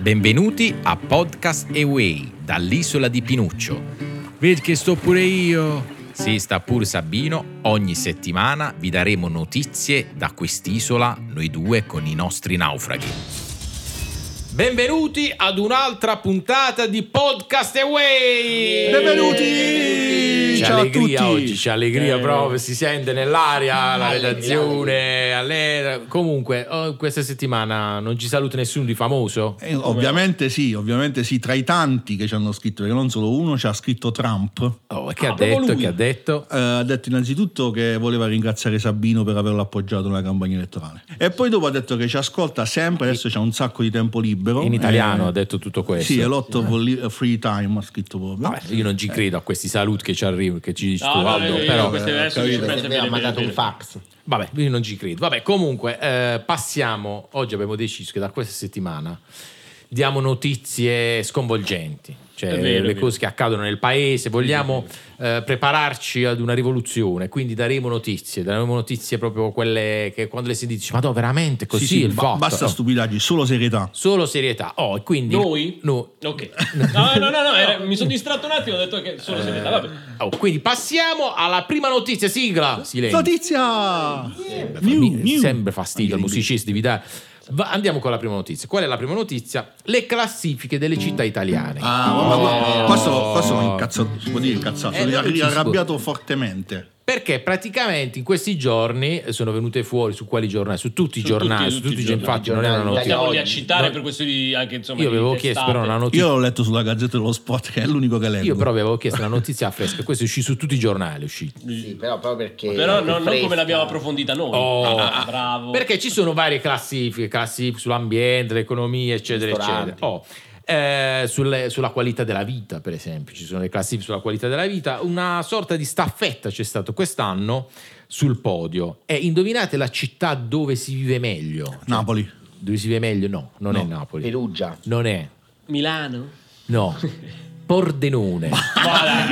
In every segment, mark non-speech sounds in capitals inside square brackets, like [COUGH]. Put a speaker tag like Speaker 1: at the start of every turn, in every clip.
Speaker 1: Benvenuti a Podcast Away dall'isola di Pinuccio.
Speaker 2: Ved che sto pure io.
Speaker 1: Si sta pur Sabino, ogni settimana vi daremo notizie da quest'isola, noi due con i nostri naufraghi.
Speaker 2: Benvenuti ad un'altra puntata di Podcast Away.
Speaker 3: Benvenuti!
Speaker 4: C'è
Speaker 3: Ciao a tutti!
Speaker 4: allegria oggi, c'è allegria
Speaker 3: Eh.
Speaker 4: proprio, si sente nell'aria, la redazione, alle- comunque oh, questa settimana non ci saluta nessuno di famoso.
Speaker 3: Eh, ovviamente sì, ovviamente sì, tra i tanti che ci hanno scritto, perché non solo uno, ci ha scritto Trump.
Speaker 4: Oh, che
Speaker 2: Ah,
Speaker 4: ha
Speaker 2: proprio
Speaker 4: detto,
Speaker 2: lui.
Speaker 4: che ha detto?
Speaker 3: Eh, ha detto innanzitutto che voleva ringraziare Sabino per averlo appoggiato nella campagna elettorale. E poi dopo ha detto che ci ascolta sempre, adesso c'ha un sacco di tempo libero.
Speaker 4: In italiano
Speaker 3: Eh,
Speaker 4: ha detto tutto questo. Eh.
Speaker 3: Sì, Eh. è l'otto free time, ha scritto proprio.
Speaker 4: Vabbè, io non ci credo a questi saluti che ci arrivano, che ci dici
Speaker 2: No,
Speaker 4: tu,
Speaker 2: no,
Speaker 4: Aldo,
Speaker 2: io- io
Speaker 4: però eh,
Speaker 2: queste adesso
Speaker 3: capito.
Speaker 2: ci penso
Speaker 5: Mi ha
Speaker 2: bene, bene,
Speaker 5: mandato un
Speaker 2: bene.
Speaker 5: fax.
Speaker 4: vabbè, io non ci credo. Vabbè, comunque eh, passiamo, oggi abbiamo deciso che da questa settimana diamo notizie sconvolgenti, cioè
Speaker 2: È vero, è
Speaker 4: le
Speaker 2: vero.
Speaker 4: cose che accadono nel paese, vogliamo eh, prepararci ad una rivoluzione, quindi daremo notizie, daremo notizie proprio quelle che quando le si dice, ma no, veramente così
Speaker 3: Sì, sì,
Speaker 4: il
Speaker 3: ba-
Speaker 4: fatto?
Speaker 3: Basta
Speaker 4: No.
Speaker 3: stupidaggini, solo serietà.
Speaker 4: Solo serietà. Oh, e quindi
Speaker 2: Noi?
Speaker 4: No.
Speaker 2: Ok.
Speaker 5: [LAUGHS]
Speaker 2: No, no, no, no, era- mi sono distratto un attimo, ho detto che solo se metà, vabbè.
Speaker 5: Eh,
Speaker 4: Oh, quindi passiamo alla prima notizia, sigla. Silenzio.
Speaker 3: Notizia!
Speaker 4: Fa-
Speaker 3: New,
Speaker 4: mi-
Speaker 3: new.
Speaker 4: sempre fastidio al
Speaker 3: Anche lì.
Speaker 4: musicista devi dare Va- andiamo con la prima notizia qual è la prima notizia? le classifiche delle città italiane
Speaker 3: Ah, ma- ma-
Speaker 4: Oh.
Speaker 3: questo, questo è un incazzato, si può dire incazzato,
Speaker 4: Eh,
Speaker 3: è
Speaker 4: no, non ci si può.
Speaker 3: arrabbiato fortemente.
Speaker 4: perché praticamente in questi giorni eh, sono venute fuori su quali giornali? su tutti i
Speaker 2: Su
Speaker 4: giornali
Speaker 2: tutti,
Speaker 4: su
Speaker 2: tutti
Speaker 4: tutti
Speaker 2: i
Speaker 4: i
Speaker 2: giornali.
Speaker 4: giornali non è una
Speaker 5: Giornali
Speaker 4: notizia
Speaker 5: italiani.
Speaker 2: Andiamo a citare
Speaker 4: No.
Speaker 2: per questo di anche insomma
Speaker 4: io
Speaker 2: di
Speaker 4: avevo chiesto
Speaker 2: testate.
Speaker 4: però una
Speaker 3: Io
Speaker 4: notizia
Speaker 3: l'ho letto sulla Gazzetta dello Sport, che è l'unico che leggo.
Speaker 4: io però avevo chiesto una notizia fresca questo è uscito su tutti i giornali è uscito
Speaker 5: Sì, però proprio perché.
Speaker 2: Però
Speaker 5: è
Speaker 2: non, non
Speaker 5: Eh, fresca.
Speaker 2: come l'abbiamo approfondita noi.
Speaker 4: Oh.
Speaker 2: Ah, bravo.
Speaker 4: Perché ci sono varie classifiche, classifiche sull'ambiente, l'economia, eccetera,
Speaker 5: Ristoranti.
Speaker 4: eccetera. Oh, eh, sulle- sulla qualità della vita, per esempio, ci sono le classifiche sulla qualità della vita. Una sorta di staffetta c'è stato quest'anno sul podio. E indovinate la città dove si vive meglio? Cioè,
Speaker 3: Napoli.
Speaker 4: Dove si vive meglio? No, non è Napoli.
Speaker 5: Perugia.
Speaker 4: Non è,
Speaker 5: [LAUGHS]
Speaker 2: Milano?
Speaker 4: no. Pordenone.
Speaker 5: Eh,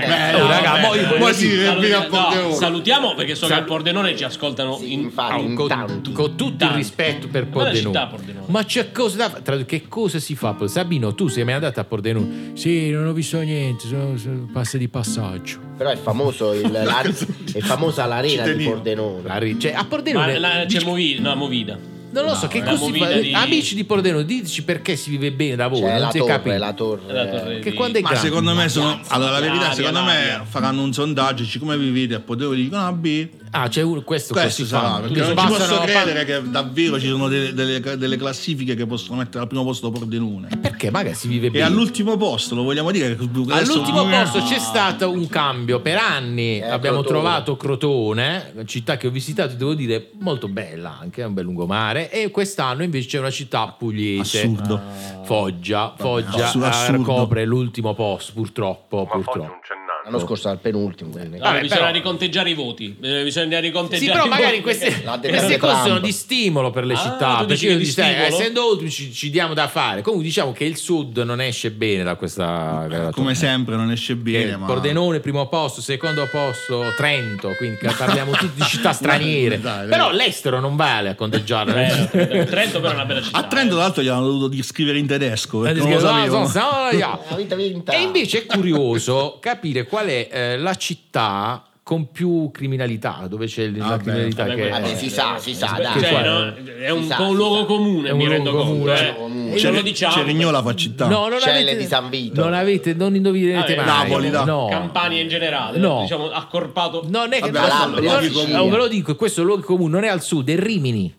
Speaker 2: Beh,
Speaker 4: oh, raga, mo-
Speaker 3: mo si rivira a Pordenone.
Speaker 2: salutiamo perché so che
Speaker 4: Sal- Ah,
Speaker 2: a Pordenone ci ascoltano
Speaker 5: Sì,
Speaker 2: in Ah,
Speaker 5: infatti, in
Speaker 4: con,
Speaker 5: tanti.
Speaker 4: con tutto il
Speaker 2: Tanti.
Speaker 4: rispetto per
Speaker 2: Ma la città,
Speaker 4: Pordenone
Speaker 2: Pordenone.
Speaker 4: ma c'è cosa da tra- che cosa si fa poi? Sabino tu sei mai andato a Pordenone sì non ho visto niente sono, sono passa di passaggio
Speaker 5: Però è famoso il, la- è famosa l'arena
Speaker 3: Ci
Speaker 5: di
Speaker 3: teniamo.
Speaker 5: Pordenone.
Speaker 4: La ri- cioè, a
Speaker 2: eh, Ma
Speaker 4: Pordenone
Speaker 2: la- c'è
Speaker 4: dici-
Speaker 2: Movi- no, Movida. Non
Speaker 4: non lo so che
Speaker 2: la
Speaker 4: cosa si fa
Speaker 2: movida di-
Speaker 4: amici di Pordenone diteci perché si vive bene da voi
Speaker 5: Cioè,
Speaker 4: non
Speaker 5: la
Speaker 4: si è
Speaker 5: torre,
Speaker 4: capito
Speaker 5: la torre.
Speaker 2: La torre.
Speaker 4: che quando è
Speaker 3: Ma
Speaker 4: grande
Speaker 3: secondo me sono.
Speaker 2: piazza,
Speaker 3: Allora, la
Speaker 2: l'aria,
Speaker 3: verità, secondo me
Speaker 2: l'aria.
Speaker 3: faranno un sondaggio, dici, come vivete a potevo dire una B.
Speaker 4: ah c'è uno questo,
Speaker 3: Questo
Speaker 4: questo
Speaker 3: sarà, perché non ci posso credere che davvero ci sono delle, delle- delle classifiche che possono mettere al primo posto Pordenone.
Speaker 4: perché magari si vive
Speaker 3: E
Speaker 4: bene
Speaker 3: all'ultimo posto, lo vogliamo dire? che adesso-
Speaker 4: All'ultimo posto c'è stato un cambio per anni.
Speaker 5: Eh,
Speaker 4: abbiamo
Speaker 5: Crotone.
Speaker 4: trovato Crotone, città che ho visitato, devo dire molto bella anche, un bel lungomare. E quest'anno invece c'è una città pugliese. Ah.
Speaker 3: Assurdo.
Speaker 4: Foggia, Foggia
Speaker 3: assurdo,
Speaker 4: eh,
Speaker 3: assurdo.
Speaker 4: copre l'ultimo posto, purtroppo.
Speaker 6: Ma poi
Speaker 4: purtroppo.
Speaker 6: non c'è Nanni.
Speaker 5: L'anno scorso al penultimo. quindi.
Speaker 4: Vabbè,
Speaker 2: bisogna
Speaker 4: però-
Speaker 2: riconteggiare i voti. Eh, bisogna riconteggiare
Speaker 4: Sì, però
Speaker 2: i
Speaker 4: magari
Speaker 2: voti. [LAUGHS] Ecco.
Speaker 4: queste,
Speaker 5: L'ha detto
Speaker 4: queste
Speaker 5: Trump.
Speaker 4: cose sono di stimolo per le
Speaker 2: Ah,
Speaker 4: città.
Speaker 2: tu dici
Speaker 4: Perché
Speaker 2: che di
Speaker 4: dici, sai,
Speaker 2: stimolo?
Speaker 4: eh, essendo ultimi ci, ci diamo da fare. Comunque diciamo che il sud non esce bene da questa
Speaker 3: Eh, Come sempre, non esce bene.
Speaker 4: Eh,
Speaker 3: Ma...
Speaker 4: Pordenone primo posto, secondo posto Trento, quindi che parliamo tutti di città straniere.
Speaker 3: [LAUGHS] Dai, dai.
Speaker 4: Però l'estero non vale a conteggiare. [LAUGHS]
Speaker 2: Eh, Trento- Trento però è una bella città.
Speaker 3: A Trento, tra l'altro, gli hanno dovuto di- scrivere in tedesco
Speaker 4: Eh,
Speaker 3: perché non lo
Speaker 4: Ah,
Speaker 3: sapevano.
Speaker 5: La vita vinta.
Speaker 4: E invece è curioso capire qual è eh, la città con più criminalità, dove c'è la
Speaker 3: Ah, Vabbè.
Speaker 4: criminalità
Speaker 2: Vabbè,
Speaker 4: che
Speaker 2: quella-
Speaker 5: Vabbè, si sa, si sa,
Speaker 2: Beh,
Speaker 5: dai.
Speaker 2: cioè,
Speaker 4: qua-
Speaker 2: no, è un,
Speaker 5: Si sa,
Speaker 2: co- un
Speaker 5: si
Speaker 2: luogo
Speaker 5: sa.
Speaker 2: comune,
Speaker 4: È un
Speaker 2: mi
Speaker 4: luogo
Speaker 2: rendo conto.
Speaker 4: comune.
Speaker 2: eh.
Speaker 5: Comune.
Speaker 2: E
Speaker 3: C'è
Speaker 2: non lo diciamo.
Speaker 3: Cerignola cioè, fa città.
Speaker 4: No, non
Speaker 5: Celle
Speaker 4: avete,
Speaker 5: di San Vito.
Speaker 4: Non avete, non indovinerete
Speaker 2: Vabbè,
Speaker 4: mai.
Speaker 3: Napoli, dai.
Speaker 4: no.
Speaker 2: Campania in generale,
Speaker 4: No.
Speaker 2: diciamo accorpato.
Speaker 4: Non è che
Speaker 3: Vabbè,
Speaker 4: non-
Speaker 5: Calabria,
Speaker 4: non-
Speaker 5: Sicilia.
Speaker 4: oh, ve lo dico, questo luogo comune non è al sud, è Rimini.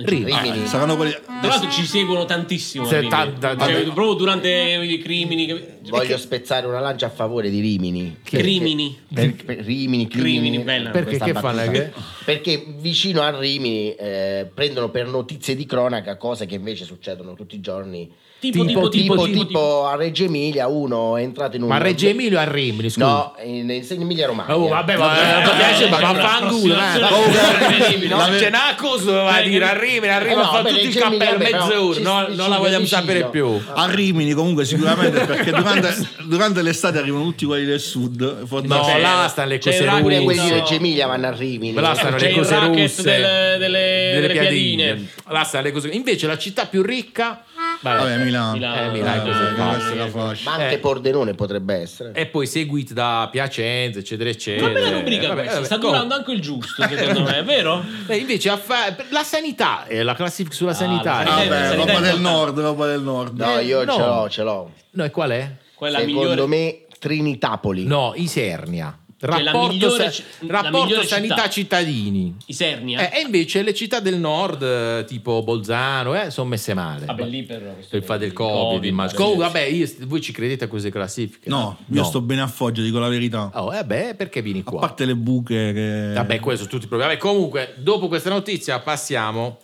Speaker 4: Ah, Rimini.
Speaker 5: Rimini.
Speaker 3: Ah, Saranno quelli.
Speaker 2: Tra l'altro ci seguono tantissimo.
Speaker 4: Se
Speaker 2: a Rimini.
Speaker 4: tanta-
Speaker 2: Cioè,
Speaker 4: vabbè.
Speaker 2: proprio durante i crimini. che-
Speaker 5: Voglio spezzare una lancia a favore di Rimini.
Speaker 4: Che-
Speaker 2: Crimini.
Speaker 5: Per- per- Rimini,
Speaker 2: Crimini, bella.
Speaker 4: Perché
Speaker 5: questa
Speaker 4: che fanno
Speaker 5: battuta.
Speaker 4: che-
Speaker 5: Perché vicino a Rimini eh, prendono per notizie di cronaca cose che invece succedono tutti i giorni.
Speaker 2: Tipo, tipo, tipo,
Speaker 5: Tipo,
Speaker 2: tipo,
Speaker 5: tipo a Reggio Emilia uno è entrato in un...
Speaker 4: Ma Reggio Emilio a Rimini, scusa.
Speaker 5: No, in, in Emilia Romagna.
Speaker 4: Oh, vabbè, ma
Speaker 2: Vabbè,
Speaker 4: ma- piace, ma
Speaker 2: eh,
Speaker 4: ma
Speaker 2: eh,
Speaker 4: fanculo,
Speaker 2: la-
Speaker 4: eh.
Speaker 2: la-
Speaker 4: Comunque,
Speaker 2: la-
Speaker 4: La Cenacos va a dire arriva, arriva,
Speaker 5: Eh no,
Speaker 4: fa
Speaker 5: beh,
Speaker 4: tutto il
Speaker 5: Reggio Emilia,
Speaker 4: cappello
Speaker 5: vabbè, però
Speaker 4: mezz'ora,
Speaker 5: ci-
Speaker 4: no,
Speaker 5: ci-
Speaker 4: non
Speaker 5: ci-
Speaker 4: la vogliamo
Speaker 5: vicino.
Speaker 4: sapere più.
Speaker 3: A Rimini comunque sicuramente perché durante, durante l'estate arrivano tutti quelli del sud.
Speaker 4: No,
Speaker 3: fondamentalmente-
Speaker 4: là stanno le
Speaker 2: C'è il
Speaker 4: cose
Speaker 2: racket,
Speaker 5: Pure quelli
Speaker 2: No.
Speaker 5: di Reggio Emilia vanno a Eh, cioè, Rimini.
Speaker 4: Là stanno
Speaker 2: C'è
Speaker 4: le
Speaker 2: il
Speaker 4: cose
Speaker 2: racket
Speaker 4: russe,
Speaker 2: delle- delle- delle
Speaker 4: piadine.
Speaker 2: piadine.
Speaker 4: Là stanno le cose- Invece la città più ricca
Speaker 3: Vabbè, Milano.
Speaker 2: Milano.
Speaker 4: Eh, Milano,
Speaker 3: Vabbè,
Speaker 4: così,
Speaker 3: che
Speaker 4: no,
Speaker 3: questa è la
Speaker 4: sì.
Speaker 3: fascia.
Speaker 5: Ma anche
Speaker 4: Eh.
Speaker 5: Pordenone potrebbe essere.
Speaker 4: è poi seguita da Piacenza, eccetera, eccetera.
Speaker 2: Una bella rubrica
Speaker 4: Vabbè,
Speaker 2: questa,
Speaker 4: vabbè,
Speaker 2: sta
Speaker 4: comunque.
Speaker 2: durando anche il giusto, secondo me, è vero?
Speaker 4: Beh, invece a fa- la sanità, eh, la classifica sulla
Speaker 2: Ah,
Speaker 4: sanità.
Speaker 2: la
Speaker 4: eh,
Speaker 2: sanità.
Speaker 3: Vabbè,
Speaker 2: Sanità
Speaker 3: roba del
Speaker 2: importante.
Speaker 3: nord, roba del nord.
Speaker 5: No,
Speaker 4: Eh,
Speaker 5: io
Speaker 4: no.
Speaker 5: ce l'ho, ce l'ho.
Speaker 4: No, e qual è?
Speaker 2: Quella
Speaker 5: Secondo
Speaker 2: migliore.
Speaker 5: me Trinitapoli.
Speaker 4: No, Isernia.
Speaker 2: la
Speaker 4: Rapporto,
Speaker 2: migliore
Speaker 4: sa-
Speaker 2: ci- la
Speaker 4: rapporto
Speaker 2: migliore
Speaker 4: sanità
Speaker 2: città.
Speaker 4: cittadini.
Speaker 2: Isernia.
Speaker 4: Eh, e invece le città del nord, eh, tipo Bolzano, eh, sono messe male.
Speaker 2: Vabbè, lì però questo
Speaker 4: per fa del Covid, immagino. Comunque, vabbè, io- voi ci credete a queste classifiche?
Speaker 3: No, io sto bene a Foggia, dico la verità.
Speaker 4: Oh, eh beh, perché vieni
Speaker 3: A
Speaker 4: qua?
Speaker 3: parte le buche
Speaker 2: Eh.
Speaker 3: che...
Speaker 4: Vabbè, questi sono tutti i problemi. Vabbè, comunque, dopo questa notizia passiamo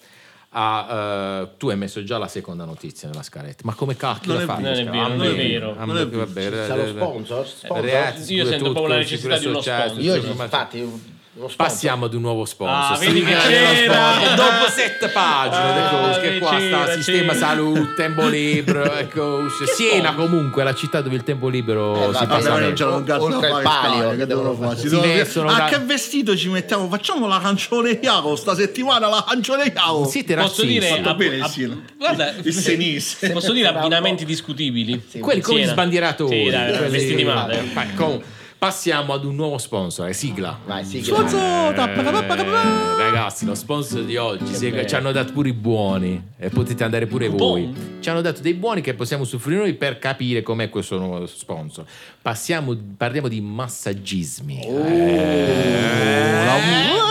Speaker 4: a... eh, tu hai messo già la seconda notizia nella scaletta. Ma come cacchio
Speaker 3: Non
Speaker 4: la
Speaker 3: è
Speaker 4: fai?
Speaker 3: vero,
Speaker 4: questa?
Speaker 2: non è
Speaker 4: Ah,
Speaker 2: vero, non è vero.
Speaker 4: ah,
Speaker 3: Non è
Speaker 4: vabbè,
Speaker 3: vero.
Speaker 5: Ci sarà lo sponsor? Sponsor?
Speaker 4: Reazzi,
Speaker 2: Io
Speaker 4: scusa,
Speaker 2: sento
Speaker 4: tutto,
Speaker 2: proprio la necessità di
Speaker 4: sicurezza
Speaker 2: uno sponsor.
Speaker 4: sociale,
Speaker 5: Io
Speaker 4: tutto,
Speaker 5: infatti uno sponsor.
Speaker 4: Passiamo ad un nuovo sponsor.
Speaker 2: Ah, vedi
Speaker 4: Sì,
Speaker 2: che
Speaker 4: eh,
Speaker 2: c'era!
Speaker 4: sponsor. Dopo sette pagine,
Speaker 2: Ah,
Speaker 4: del corso, che qua
Speaker 2: c'era,
Speaker 4: sta sistema
Speaker 2: c'era.
Speaker 4: salute, tempo libero. ecco, Siena comunque, la città dove il tempo libero
Speaker 5: Eh,
Speaker 4: si
Speaker 5: vabbè,
Speaker 4: passa
Speaker 3: Vabbè, ma
Speaker 5: Esatto.
Speaker 3: non
Speaker 4: meglio.
Speaker 3: c'era un cazzo da
Speaker 5: Oltre
Speaker 3: fare
Speaker 5: il
Speaker 3: in
Speaker 5: palio,
Speaker 3: Italia,
Speaker 5: che
Speaker 3: che devono
Speaker 5: devono
Speaker 3: fare? Si
Speaker 4: fare.
Speaker 3: devono-
Speaker 4: Sì, sono
Speaker 3: Ah,
Speaker 4: da-
Speaker 3: che vestito ci mettiamo? Facciamo la canzone Iago, sta settimana la canzone Iago.
Speaker 4: Siete
Speaker 2: Posso
Speaker 4: razzisti.
Speaker 2: dire,
Speaker 3: Fatto
Speaker 2: a-
Speaker 3: bene il
Speaker 2: a-
Speaker 3: Siena.
Speaker 2: guarda,
Speaker 3: Il Senise.
Speaker 2: posso dire abbinamenti discutibili.
Speaker 5: Sì.
Speaker 4: quelli come gli
Speaker 2: Siena.
Speaker 4: sbandieratori
Speaker 2: Sì, dai,
Speaker 4: quelli-
Speaker 2: vestiti male.
Speaker 4: Vai, com- passiamo ad un nuovo sponsor eh, sigla
Speaker 5: Vai, sì, che-
Speaker 4: Eh, ragazzi lo sponsor di oggi sì,
Speaker 2: bello.
Speaker 4: ci hanno dato pure i buoni e potete andare pure voi ci hanno dato dei buoni che possiamo usufruire noi per capire com'è questo nuovo sponsor Passiamo- parliamo di massaggismi
Speaker 2: Oh.
Speaker 4: Eh,
Speaker 2: Eh.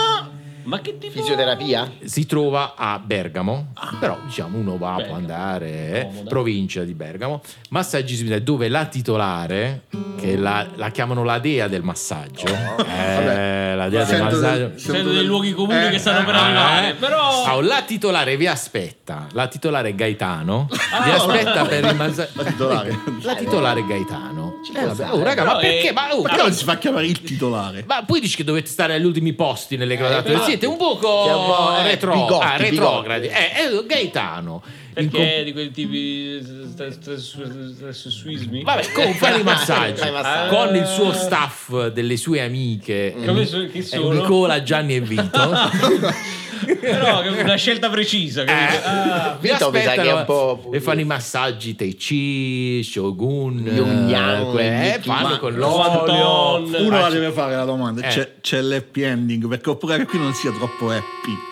Speaker 2: Ma che tipo
Speaker 5: Fisioterapia?
Speaker 4: si trova a Bergamo, però diciamo uno va, può
Speaker 2: Bergamo,
Speaker 4: andare, eh,
Speaker 2: comoda.
Speaker 4: provincia di Bergamo, massaggi Smith, dove la titolare, che la, la chiamano la dea del massaggio, eh, la dea del
Speaker 3: Sento-
Speaker 4: massaggio,
Speaker 2: Sento dei luoghi comuni
Speaker 3: Eh,
Speaker 2: che stanno per
Speaker 4: Ah,
Speaker 2: arrivare,
Speaker 4: eh.
Speaker 2: però
Speaker 4: Ah, la titolare vi aspetta, la titolare Gaetano, vi
Speaker 2: Ah,
Speaker 4: aspetta
Speaker 3: no.
Speaker 4: per il massaggio.
Speaker 3: La titolare.
Speaker 4: La titolare Gaetano.
Speaker 5: Ci
Speaker 4: Eh,
Speaker 5: può
Speaker 4: vabbè,
Speaker 5: stare.
Speaker 4: oh, raga, ma
Speaker 2: Però è-
Speaker 4: perché? Ma, oh,
Speaker 3: Però
Speaker 4: però-
Speaker 3: non si fa chiamare il titolare.
Speaker 4: ma poi dici che dovete stare agli ultimi posti nelle graduatorie.
Speaker 2: però-
Speaker 4: Siete un
Speaker 5: Eh, Siamo un
Speaker 4: poco
Speaker 5: po', eh,
Speaker 4: retro-
Speaker 5: bigotti,
Speaker 4: ah, retrogradi.
Speaker 5: bigotti.
Speaker 4: Eh, eh, Gaetano. in
Speaker 2: perché di quei tipi st- st- st- sessuismi?
Speaker 4: Vabbè, comunque fare i massaggi
Speaker 5: [LAUGHS] Fai i massaggi. Mm-hmm.
Speaker 4: con il suo staff delle sue amiche eh,
Speaker 2: Come so- chi
Speaker 4: eh,
Speaker 2: sono?
Speaker 4: Nicola, Gianni e
Speaker 5: [LAUGHS]
Speaker 4: Vito.
Speaker 2: Però è una scelta precisa, capito? Ah.
Speaker 4: Eh, vi
Speaker 5: Vito mi sa che è un po'
Speaker 4: e fanno i massaggi Tai Chi, Shogun,
Speaker 5: Yong Yang,
Speaker 4: eh, que- eh,
Speaker 5: Mickey
Speaker 4: fanno
Speaker 5: Mouse.
Speaker 4: con
Speaker 2: Swanton.
Speaker 4: l'olio.
Speaker 3: Uno
Speaker 4: Ah,
Speaker 3: la
Speaker 4: c-
Speaker 3: deve fare la domanda.
Speaker 4: Eh.
Speaker 3: C'è, c'è l'happy ending, perché oppure che qui non sia troppo happy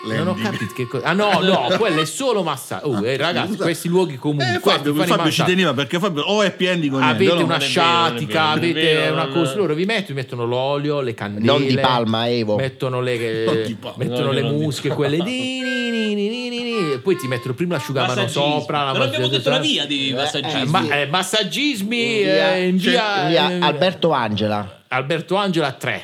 Speaker 3: l'ending. Ah,
Speaker 4: Non ho capito che cosa. Ah no, no, quello è solo massaggio. Oh, eh,
Speaker 5: [LAUGHS]
Speaker 4: ragazzi, questi luoghi comuni.
Speaker 3: Eh,
Speaker 4: questi
Speaker 3: Fabio,
Speaker 4: fanno i
Speaker 3: Fabio ci
Speaker 4: massaggi.
Speaker 3: teneva perché Fabio o happy ending o niente.
Speaker 4: avete
Speaker 3: allora-
Speaker 4: una
Speaker 2: non è vero, non è
Speaker 4: sciatica,
Speaker 2: vero, non è
Speaker 4: avete
Speaker 2: vero,
Speaker 4: una
Speaker 2: non-
Speaker 4: cosa. Loro vi mettono, vi mettono l'olio, le candele.
Speaker 5: Non di palma, Evo.
Speaker 4: Mettono
Speaker 3: Non
Speaker 4: le,
Speaker 3: di palma.
Speaker 4: mettono
Speaker 2: No,
Speaker 4: le
Speaker 2: non di
Speaker 4: musche,
Speaker 2: palma.
Speaker 4: quelle di. ni, ni, ni, ni, ni, ni, e poi ti mettono prima l'asciugamano
Speaker 2: Massaggismo.
Speaker 4: sopra. la
Speaker 2: non abbiamo
Speaker 4: massaggia-
Speaker 2: detto la via di
Speaker 5: Eh,
Speaker 2: massaggismo.
Speaker 4: Eh, ma- eh, massaggismi
Speaker 5: In via- cioè,
Speaker 4: eh, in via,
Speaker 5: in via
Speaker 4: eh,
Speaker 5: Alberto Angela.
Speaker 4: Alberto Angela 3.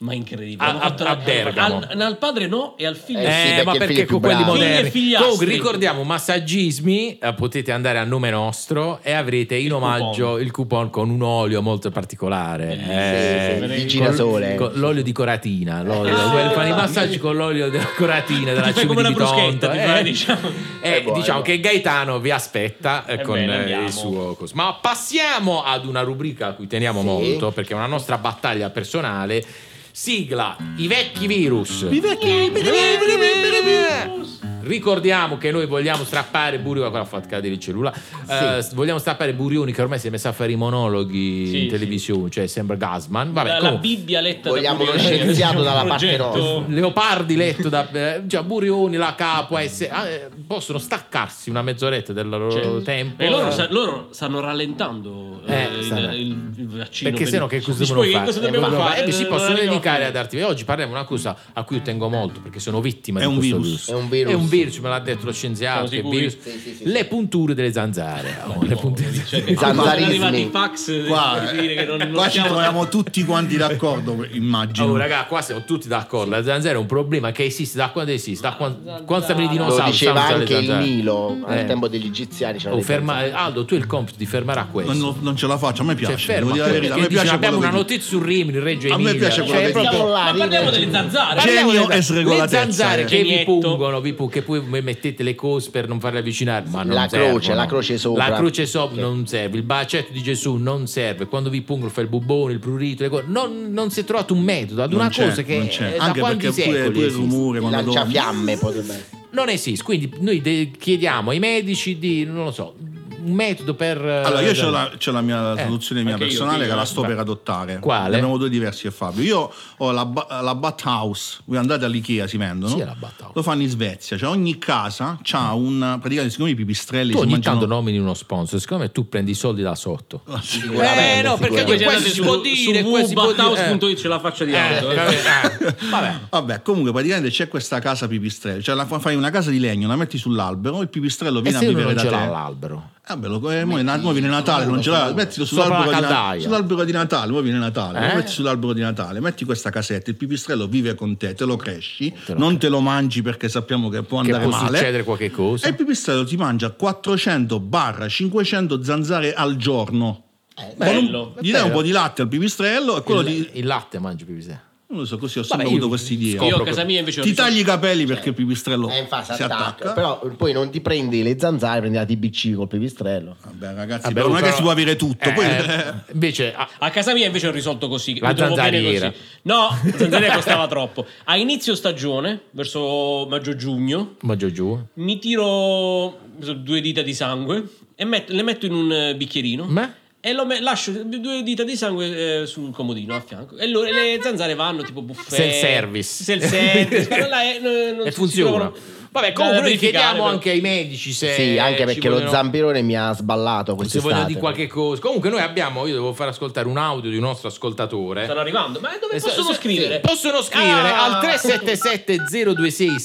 Speaker 2: Ma incredibile.
Speaker 4: A-
Speaker 2: hanno fatto
Speaker 4: a-
Speaker 2: la-
Speaker 4: a Bergamo.
Speaker 2: Al, al padre no e al figlio.
Speaker 5: Eh,
Speaker 2: sì.
Speaker 5: sì,
Speaker 4: Eh, ma
Speaker 5: perché
Speaker 4: perché
Speaker 5: Filippo
Speaker 4: con quelli
Speaker 5: Bravo.
Speaker 4: moderni
Speaker 2: Figli e figliastri.
Speaker 4: Comunque, ricordiamo massaggismi eh, potete andare a nome nostro e avrete in omaggio
Speaker 2: coupon.
Speaker 4: il coupon con un olio molto particolare
Speaker 5: Sì, sì, vicino
Speaker 4: col-
Speaker 5: sole.
Speaker 4: con l'olio di coratina l'olio,
Speaker 2: Ah,
Speaker 4: quelli fanno i
Speaker 2: esatto.
Speaker 4: massaggi con l'olio della coratina della
Speaker 2: Ti fai
Speaker 4: cibi
Speaker 2: come
Speaker 4: di
Speaker 2: una bruschetta,
Speaker 4: Vitonto,
Speaker 2: ti
Speaker 4: eh.
Speaker 2: fai, diciamo.
Speaker 4: Eh,
Speaker 5: È buono,
Speaker 4: diciamo
Speaker 5: è buono.
Speaker 4: che Gaetano vi aspetta eh, con
Speaker 2: Ebbene,
Speaker 4: eh,
Speaker 2: andiamo.
Speaker 4: il suo coso. ma passiamo ad una rubrica a cui teniamo
Speaker 5: Sì.
Speaker 4: molto perché è una nostra battaglia personale sigla i vecchi virus
Speaker 3: I vecchi-
Speaker 4: Ricordiamo che noi vogliamo strappare Burioni. Quello ha fatto cadere il cellulare. Eh, vogliamo strappare Burioni, che ormai si è messo a fare i monologhi
Speaker 2: Sì,
Speaker 4: in televisione, cioè sembra Gasman. Vabbè,
Speaker 2: la, la
Speaker 4: comunque.
Speaker 2: Bibbia letta
Speaker 5: Vogliamo
Speaker 2: da [LAUGHS]
Speaker 5: uno
Speaker 2: Burioni,
Speaker 5: scienziato
Speaker 2: un
Speaker 5: dalla parte
Speaker 2: progetto-
Speaker 5: nostra.
Speaker 4: Leopardi letto da eh, già Burioni, la capo, eh, se- ah, eh, possono staccarsi una mezz'oretta del loro
Speaker 2: Cioè,
Speaker 4: tempo.
Speaker 2: E loro, sa- loro stanno rallentando eh,
Speaker 4: Eh, stanno-
Speaker 2: il, il- il vaccino.
Speaker 4: perché
Speaker 2: per-
Speaker 4: sennò che cosa
Speaker 2: Dici,
Speaker 4: devono
Speaker 2: poi
Speaker 4: fare?
Speaker 2: Che cosa dobbiamo
Speaker 4: Devono-
Speaker 2: fare? eh,
Speaker 4: eh, si
Speaker 2: Non
Speaker 4: possono
Speaker 2: arriviamo a
Speaker 4: dedicare
Speaker 2: fare.
Speaker 4: ad arti. Oggi parliamo di una cosa a cui io tengo molto perché sono vittima
Speaker 3: È
Speaker 4: di
Speaker 3: un
Speaker 4: questo
Speaker 3: virus.
Speaker 5: È un virus.
Speaker 4: È un virus, me l'ha detto lo scienziato.
Speaker 2: Siamo
Speaker 4: che è
Speaker 2: sicuri?
Speaker 4: virus.
Speaker 5: Sì, sì, sì,
Speaker 4: le punture delle zanzare. Oh, le punture-
Speaker 2: Cioè, che
Speaker 5: Zanzarismi.
Speaker 2: quando arrivano i fax
Speaker 3: Qua,
Speaker 2: per dire che non, non
Speaker 3: qua ci
Speaker 2: siamo- [LAUGHS]
Speaker 3: troviamo tutti quanti d'accordo, immagino.
Speaker 4: Oh, raga, qua siamo tutti d'accordo. La zanzara è un problema che esiste da quando esiste, da quando, quanti anni di
Speaker 5: Lo
Speaker 4: dinosauri
Speaker 5: diceva
Speaker 4: stanno
Speaker 5: anche
Speaker 4: usando le
Speaker 5: il
Speaker 4: zanzare?
Speaker 5: Nilo
Speaker 4: Eh.
Speaker 5: al tempo degli egiziani. c'erano
Speaker 4: Oh,
Speaker 5: dei
Speaker 4: ferma-
Speaker 5: pezzi.
Speaker 4: Aldo, tu hai il compito di fermare a questo.
Speaker 3: non, non ce la faccio, a me piace.
Speaker 4: cioè, ferma.
Speaker 3: devo dire
Speaker 4: questo,
Speaker 3: la verità, a
Speaker 4: che
Speaker 3: me
Speaker 4: dici,
Speaker 3: piace
Speaker 4: abbiamo
Speaker 3: quello
Speaker 4: una
Speaker 3: che
Speaker 4: notizia su Rimini, in Reggio
Speaker 3: A me
Speaker 4: Emilia.
Speaker 3: piace quello
Speaker 4: cioè,
Speaker 3: che
Speaker 4: proprio-
Speaker 5: Siamo là,
Speaker 2: Ma parliamo
Speaker 5: Rimini.
Speaker 2: delle zanzare.
Speaker 4: Parliamo
Speaker 3: Genio
Speaker 4: delle-
Speaker 3: e sregolatezza.
Speaker 4: Le zanzare che vi
Speaker 2: Genietto.
Speaker 4: pungono, vi pu- che poi voi mettete le cose per non farle avvicinare, ma non
Speaker 5: La
Speaker 4: servono.
Speaker 5: croce, la croce sopra.
Speaker 4: La croce sopra
Speaker 5: Sì.
Speaker 4: non serve, il bacetto di Gesù non serve, quando vi pungono fa il bubone, il prurito, le cose, non, non si è trovato un metodo ad
Speaker 3: Non
Speaker 4: una
Speaker 3: c'è,
Speaker 4: cosa che
Speaker 3: non c'è.
Speaker 4: eh, da
Speaker 3: Anche
Speaker 4: quanti
Speaker 3: perché
Speaker 4: secoli
Speaker 3: pure, pure il
Speaker 4: esiste?
Speaker 3: rumore,
Speaker 5: Il
Speaker 3: ma
Speaker 5: lanciafiamme potrebbe
Speaker 4: [LAUGHS]
Speaker 5: essere.
Speaker 4: Non esiste, quindi noi de- chiediamo ai medici di, non lo so, un metodo per... eh,
Speaker 3: Allora, io ho la, c'ho la mia
Speaker 4: Eh,
Speaker 3: soluzione mia
Speaker 2: anche io,
Speaker 3: personale
Speaker 2: io,
Speaker 3: che la
Speaker 2: eh.
Speaker 3: sto per adottare.
Speaker 4: Quale?
Speaker 3: Ne abbiamo due diversi e Fabio. Io ho la, ba- la House, voi andate all'Ikea, si vendono.
Speaker 4: Sì, è la Bathhouse. Mm.
Speaker 3: Lo fanno in Svezia, cioè ogni casa ha un... praticamente siccome i pipistrelli
Speaker 4: Tu
Speaker 3: si
Speaker 4: ogni
Speaker 3: mangiano...
Speaker 4: tanto nomini uno sponsor, secondo me tu prendi i soldi da sotto.
Speaker 3: Ah,
Speaker 4: Eh,
Speaker 5: Sicuramente, sicuramente.
Speaker 2: Poi andate ecco, su- su www.bathhouse.it, c'è la faccia di Aldo, eh.
Speaker 4: Vabbè.
Speaker 3: Vabbè, comunque praticamente c'è questa casa pipistrello, cioè la fa- fai una casa di legno, la metti sull'albero, il pipistrello
Speaker 4: E
Speaker 3: viene a
Speaker 4: se uno
Speaker 3: vivere
Speaker 4: non
Speaker 3: da
Speaker 4: ce l'ha
Speaker 3: te.
Speaker 4: l'albero?
Speaker 3: Eh beh, lo, eh, mo è na- mo viene Natale, non ce l'ha, mettilo
Speaker 4: Sopra
Speaker 3: sull'albero,
Speaker 4: la
Speaker 3: di, Na-
Speaker 4: caldaia.
Speaker 3: sull'albero di Natale, poi viene Natale,
Speaker 4: Eh?
Speaker 3: lo metti sull'albero di Natale, metti questa casetta, il pipistrello vive con te, te lo cresci,
Speaker 4: Te lo
Speaker 3: non
Speaker 4: cresci.
Speaker 3: te lo mangi perché sappiamo che può
Speaker 4: Che
Speaker 3: andare
Speaker 4: può
Speaker 3: male.
Speaker 4: succedere qualche cosa.
Speaker 3: E il pipistrello ti mangia 400 barra 500 zanzare al giorno.
Speaker 5: Eh,
Speaker 3: Con un-
Speaker 2: bello.
Speaker 3: gli dai un
Speaker 4: Bello.
Speaker 3: po' di latte al pipistrello e quello
Speaker 4: il,
Speaker 3: di...
Speaker 4: il latte mangi più se.
Speaker 3: Non lo so, così ho sempre
Speaker 4: Vabbè,
Speaker 3: avuto
Speaker 4: io
Speaker 3: questa idea.
Speaker 2: Io
Speaker 4: scopro
Speaker 2: a casa
Speaker 4: che-
Speaker 2: mia invece ho
Speaker 3: Ti
Speaker 2: risolto-
Speaker 3: tagli i capelli perché il pipistrello
Speaker 5: Eh, infatti,
Speaker 3: si
Speaker 5: attacca.
Speaker 3: attacca.
Speaker 5: Però poi non ti prendi le zanzare, prendi la TBC col pipistrello.
Speaker 3: Vabbè, ragazzi,
Speaker 4: Vabbè,
Speaker 3: però non è
Speaker 4: però-
Speaker 3: che si può avere tutto.
Speaker 4: Eh,
Speaker 3: poi- [LAUGHS]
Speaker 4: invece ah,
Speaker 2: A casa mia invece ho risolto così.
Speaker 4: La
Speaker 2: mi trovo bene
Speaker 4: zanzariera.
Speaker 2: così. No, la zanzariera costava troppo. A inizio stagione, verso maggio-giugno,
Speaker 4: mangio giù.
Speaker 2: mi tiro due dita di sangue e met- le metto in un eh, bicchierino.
Speaker 4: Ma?
Speaker 2: E lo me- lascio due dita di sangue eh, sul comodino a fianco. E lo- le zanzare vanno tipo buffet.
Speaker 4: Self-service.
Speaker 2: Self-service. Ma là è- non- non
Speaker 4: E
Speaker 2: si-
Speaker 4: funziona.
Speaker 2: si trovano-
Speaker 4: Vabbè,
Speaker 2: Da- da
Speaker 4: comunque noi
Speaker 2: verificare,
Speaker 4: chiediamo
Speaker 2: però.
Speaker 4: anche ai medici se
Speaker 5: sì, anche
Speaker 4: Eh, ci
Speaker 5: perché lo
Speaker 4: vogliono-
Speaker 5: zampirone mi ha sballato
Speaker 4: se
Speaker 5: quest'estate.
Speaker 4: vogliono di qualche cosa. Comunque noi abbiamo, io devo far ascoltare un audio di un nostro ascoltatore.
Speaker 2: Stanno arrivando. Ma dove
Speaker 4: Eh,
Speaker 2: possono
Speaker 4: se- se-
Speaker 2: scrivere?
Speaker 4: Possono scrivere
Speaker 2: Ah!
Speaker 4: al 377 026